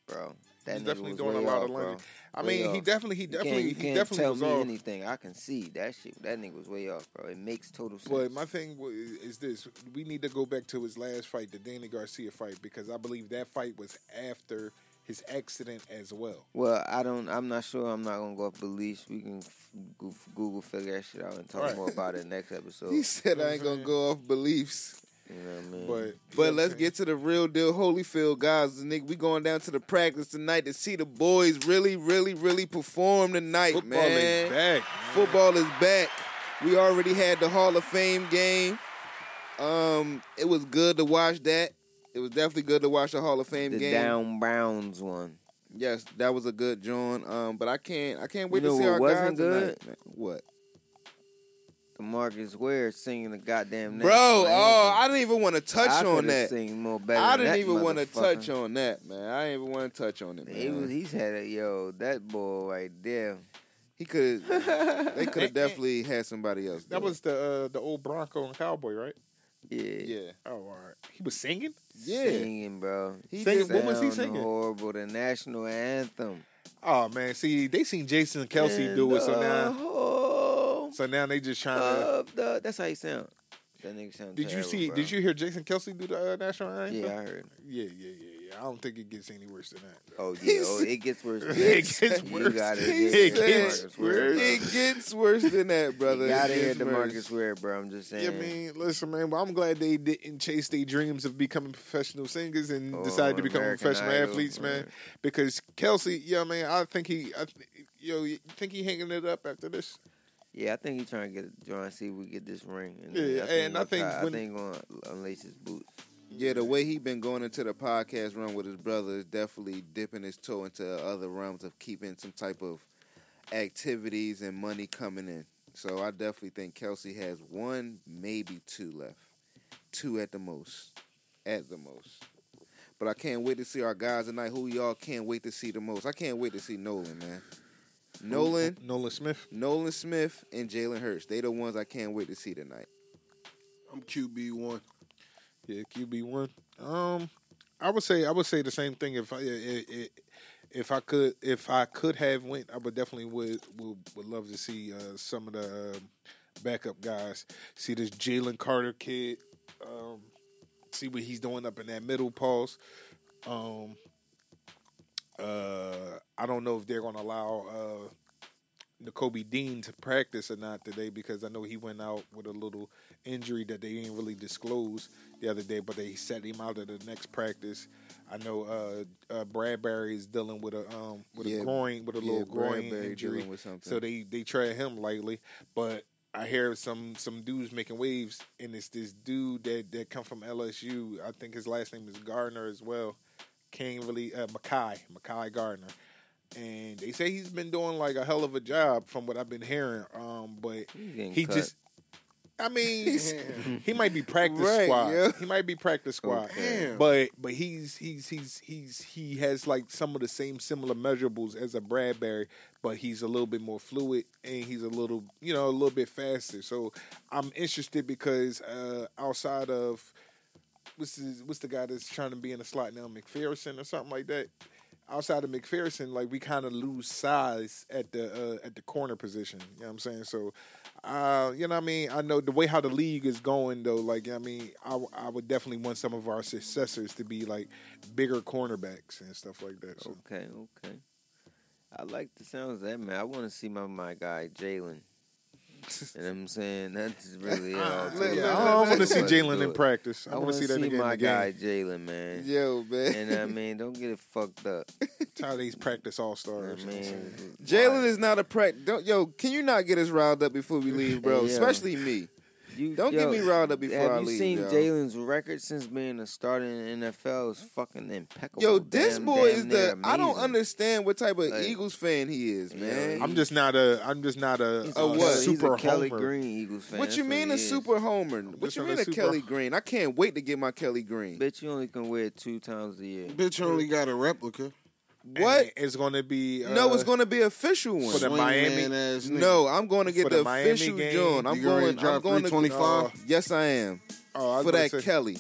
bro, that He's nigga definitely was doing a way lot off, of lunging. bro. I Way mean, he off. definitely, he You can't- definitely, you he can't definitely tell was me off. anything. I can see that shit. That nigga was way off, bro. It makes total sense. But my thing wa- is this: we need to go back to his last fight, the Danny Garcia fight, because I believe that fight was after his accident as well. Well, I don't. I'm not sure. I'm not gonna go off beliefs. We can f- go- Google figure that shit out and talk Right. more about it (laughs) next episode. He you said I ain't gonna go off beliefs. know what I mean? But But let's get to the real deal Holyfield guys. Nigga, we going down to the practice tonight to see the boys really, really, really perform tonight, football man. is back. Football is back. We already had the Hall of Fame game. Um, it was good to watch that. It was definitely good to watch the Hall of Fame the game. down Browns one. Yes, that was a good joint. Um, but I can't, I can't wait You know to see what our guys wasn't tonight. good? man. What, The Marcus Ware singing the goddamn. bro? Oh, I didn't even want to touch on that. Sing more better I than didn't that even want to motherfucker. touch on that, man. I didn't even want to touch on it, man. He was, he's had a yo that boy right there. He could. they could have definitely had somebody else. That do it. was the uh, the old Bronco and Cowboy, right? (laughs) Yeah, yeah. Oh, all right. He was singing. Yeah. singing, bro. He Singing- did- what was he Sound singing? Horrible. The national anthem. Oh man, see, they seen Jason Kelsey And do it, so the now, whole so now they just trying to. of the- that's how he sound. That nigga sound. Did you terrible, see? bro. Did you hear Jason Kelsey do the uh, national anthem? Yeah, I heard. yeah, yeah, yeah, yeah. I don't think it gets any worse than that. (laughs) Oh yeah, oh, it gets worse. than (laughs) It that. gets You worse. gotta It hear the gets Marcus Ware, bro. It gets worse than that, brother. You It gotta hear gets the worse. Marcus Ware, bro. I'm just saying. Yeah, I mean, listen, man. Well, I'm glad they didn't chase their dreams of becoming professional singers and Oh, decided to become American professional Idol, athletes, man. right. Because Kelsey, yeah, man, I think he, I th- yo, you think he hanging it up after this? yeah, I think he's trying to get John see if we get this ring. And Yeah, then and I think Makai- when- I think gonna unlace his boots. Yeah, the way he been going into the podcast realm with his brother is definitely dipping his toe into other realms of keeping some type of activities and money coming in. So I definitely think Kelsey has one, maybe two left, two at the most, at the most. But I can't wait to see our guys tonight. Who y'all can't wait to see the most? I can't wait to see Nolan, man. Nolan, Nolan Smith. Nolan Smith, and Jalen Hurts. They the ones I can't wait to see tonight. I'm QB (laughs) one. Yeah, QB one. Um, I would say I would say the same thing if I i- i- if I could if I could have went, I would definitely would would, would love to see uh, some of the um, backup guys. See this Jalen Carter kid. Um, see what he's doing up in that middle pause. Um, uh, I don't know if they're gonna allow uh, N'Kobe Dean to practice or not today because I know he went out with a little injury that they didn't really disclose the other day, but they set him out at the next practice. I know uh, uh, Bradbury is dealing with a um, with Yeah, a groin with a little groin Bradbury injury, dealing with something. so they they tread him lightly. But I hear some some dudes making waves, and it's this dude that that come from LSU. I think his last name is Gardner as well. Can't really uh, Mackay Mackay Gardner and they say he's been doing like a hell of a job from what I've been hearing. Um, but He's getting he cut. just, I (laughs) mean, eh, he's- Mm-hmm. he might be practice Right, squad. yeah. Oh, He might be practice squad. Okay. But but he's he's he's he's he has like some of the same similar measurables as a Bradbury, but he's a little bit more fluid and he's a little you know a little bit faster. So I'm interested because uh, outside of what's the, what's the guy that's trying to be in the slot now, McPherson or something like that. Outside of McPherson, like we kind of lose size at the uh, at the corner position. You know what I'm saying? So, uh, you know what I mean? I know the way how the league is going though. Like you know what I mean, I, w- I would definitely want some of our successors to be like bigger cornerbacks and stuff like that. So Okay, okay. I like the sounds of that man. I want to see my my guy Jalen. and I'm saying that's Oh, (laughs) really all. Yeah, look, to it. look, I don't want to But see do Jalen in it. practice. I, I want to see that nigga in my the game. guy Jalen, man. Yo, man. And I mean, don't get it (laughs) fucked up. How these practice all You know what stars. I mean, Jalen is not a practice. Don't, yo, can you not get us riled up before we leave, bro? (laughs) Yeah. Especially me. You- Don't get me riled up before Have I you leave, seen yo. Jalen's record since being a starter in the NFL is fucking impeccable? Yo, this Damn- boy damn is near the. I don't amazing. understand what type of Like- Eagles fan he is, man. Yeah, I'm just not a. I'm just not a, He's a a what? He's super a Kelly homer. Green Eagles fan. what That's you mean he a is. super homer? What just you not a mean a super- Kelly Green? I can't wait to get my Kelly Green. Bitch, you only can wear it two times a year. Bitch only got a replica. What? And It's going to be. Uh, no, it's going to be official one. for the Swing Miami- man ass nigga. No, I'm going to get For the, the Miami official game, joint. I'm you gonna going. I'm drop going to. 325? uh, yes, I am. oh, I was for about that to say- Kelly.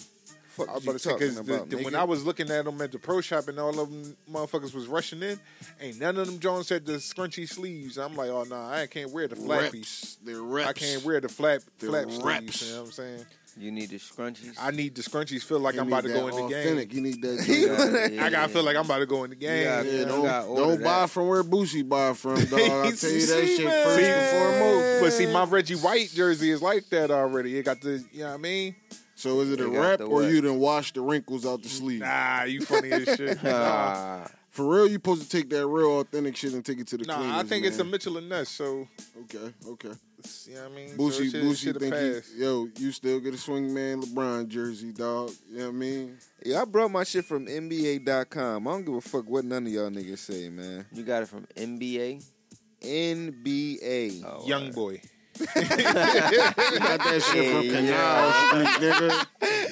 Fuck I was you about to say, talking cause the- about, the- when nigga? I was looking at them at the pro shop and all of them motherfuckers was rushing in, ain't none of them Jones had the scrunchy sleeves. I'm like, oh nah, I can't wear the flat piece. reps. They're reps. I can't wear the flat The flap reps. sleeves. You know what I'm saying? You need the scrunchies. I need the scrunchies. Feel like You I'm need about to that go in the game. authentic. You need (laughs) that. I gotta feel like I'm about to go in the game. Yeah, you Yeah, know? don't, gotta order don't buy that. from where Boosie buy (laughs) from, dog. I tell you that See, shit man. first before it move. But see, my Reggie White jersey is like that already. It got the, you know what I mean? So is it a They got rep the or what? you done wash the wrinkles out the sleeve? Nah, you funny as shit. nah, Ah, For real, you supposed to take that real authentic shit and take it to the cleaners. nah I think it's a man. Mitchell and Ness, so, okay, okay. it's- you know what I mean? so Boosie, it should- it Boosie, should've think passed. he, yo, you still get a swingman LeBron jersey, dog. You know what I mean? Yeah, I brought my shit from NBA.com. I don't give a fuck what none of y'all niggas say, man. you got it from NBA. NBA. Oh, Young boy. You got that shit from Hey, Canal Street, nigga.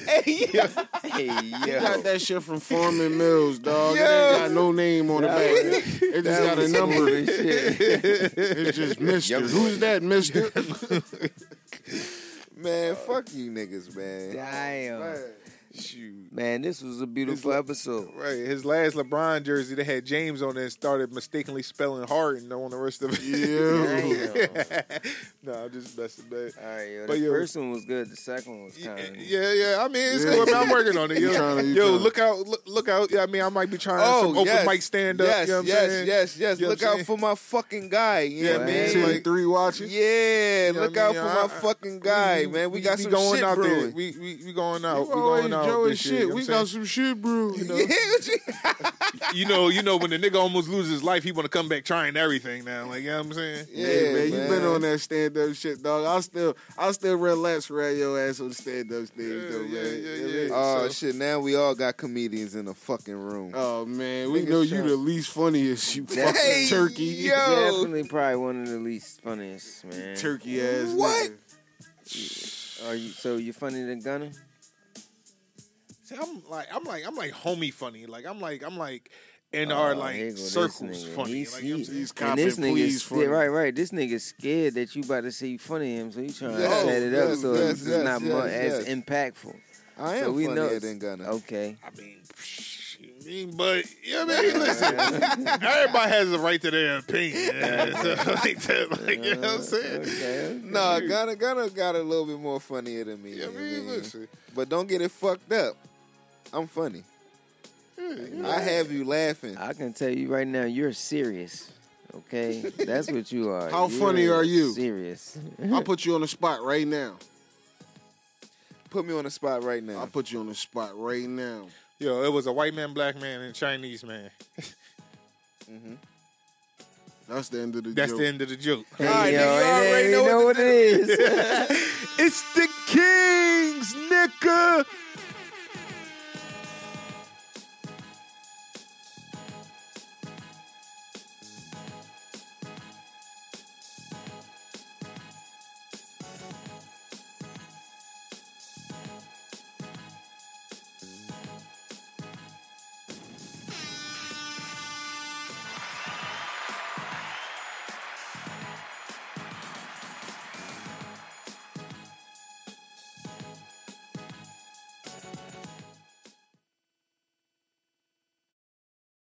Hey You yo, got that shit from Foreman Mills, dog. It ain't got no name on the back. It just got a (laughs) number. shit. It's just Mister. Young Who's that, Mister? Man, fuck you niggas, man. (laughs) Damn, Shoot. man, this was a (laughs) beautiful episode. Right. His last LeBron jersey that had James on it and started mistakenly spelling Harden on the rest of it. Yeah. (laughs) nah, I'm just messing, man. All right, yo, But the yo- first one was good. The second one was kind of Yeah, yeah. I mean, it's Yeah. cool. I'm working (laughs) on it. You Yo, tryna- you yo tryna- look out! Look, look out! Yeah, I mean, I might be trying some open mic stand up. Yes, you know what I'm yes, saying? yes, yes. You know Look what I'm out saying? for my fucking guy. You know Yeah, what I man. mean? Two Like, and three watches. yeah, know look what I out mean? for I- my I- fucking guy, man. We, got be some going shit out there. brewing. We, we we going out. Oh, You We going always out. Joe and this year, you shit. know We what I'm got saying? some shit, bro. (laughs) You know? (laughs) you know, you know, when the nigga almost loses his life, he want to come back trying everything now. Like, you know what I'm saying? yeah, Hey, man, you been man. on that stand up shit, dog. I still, I still relax around your ass on the stand up stage, Yeah, though, yeah, man. yeah, You know what I yeah. mean? Oh So- shit! Now we all got comedians in the fucking room. Uh, Oh man, we Niggas know you tryna- the least funniest. You Hey, fucking turkey, (laughs) yo. definitely probably one of the least funniest, man. turkey ass. What? nigga. Are you so you funny than Gunner? See, I'm like, I'm like, I'm like homie funny. Like, I'm like, I'm like in Oh, our here go like this circles nigga. funny. He's, Like, you know what I'm he- saying? He's and copping, this nigga, please, is funny. right, right. This nigga's scared that you about to say you funny to him, so you trying Yes, to set it up yes, so yes, it's yes, yes, not mu- yes. as impactful. I am so we funnier know- than Gunna. Okay, I mean, psh, you mean, but yeah, man. Listen, (laughs) everybody has a right to their (laughs) opinion. Yeah, (laughs) so, like, that, like, you know what I'm saying? (laughs) okay. Nah, Gunna Gunna got a little bit more funnier than me. Yeah, I you know mean, what I mean? listen. But don't get it fucked up. I'm funny. Hmm, I have you laughing. I can tell you right now, you're serious. Okay, that's what you are. How You're funny are you? Serious. I'll put you on the spot right now. Put me on the spot right now. I'll put you on the spot right now. Yo, it was a white man, black man, and Chinese man. That's the end of the That's joke. the end of the joke. Hey, All right, yo, nigga, you it- already you know know what what it is. It's the Kings, nigga.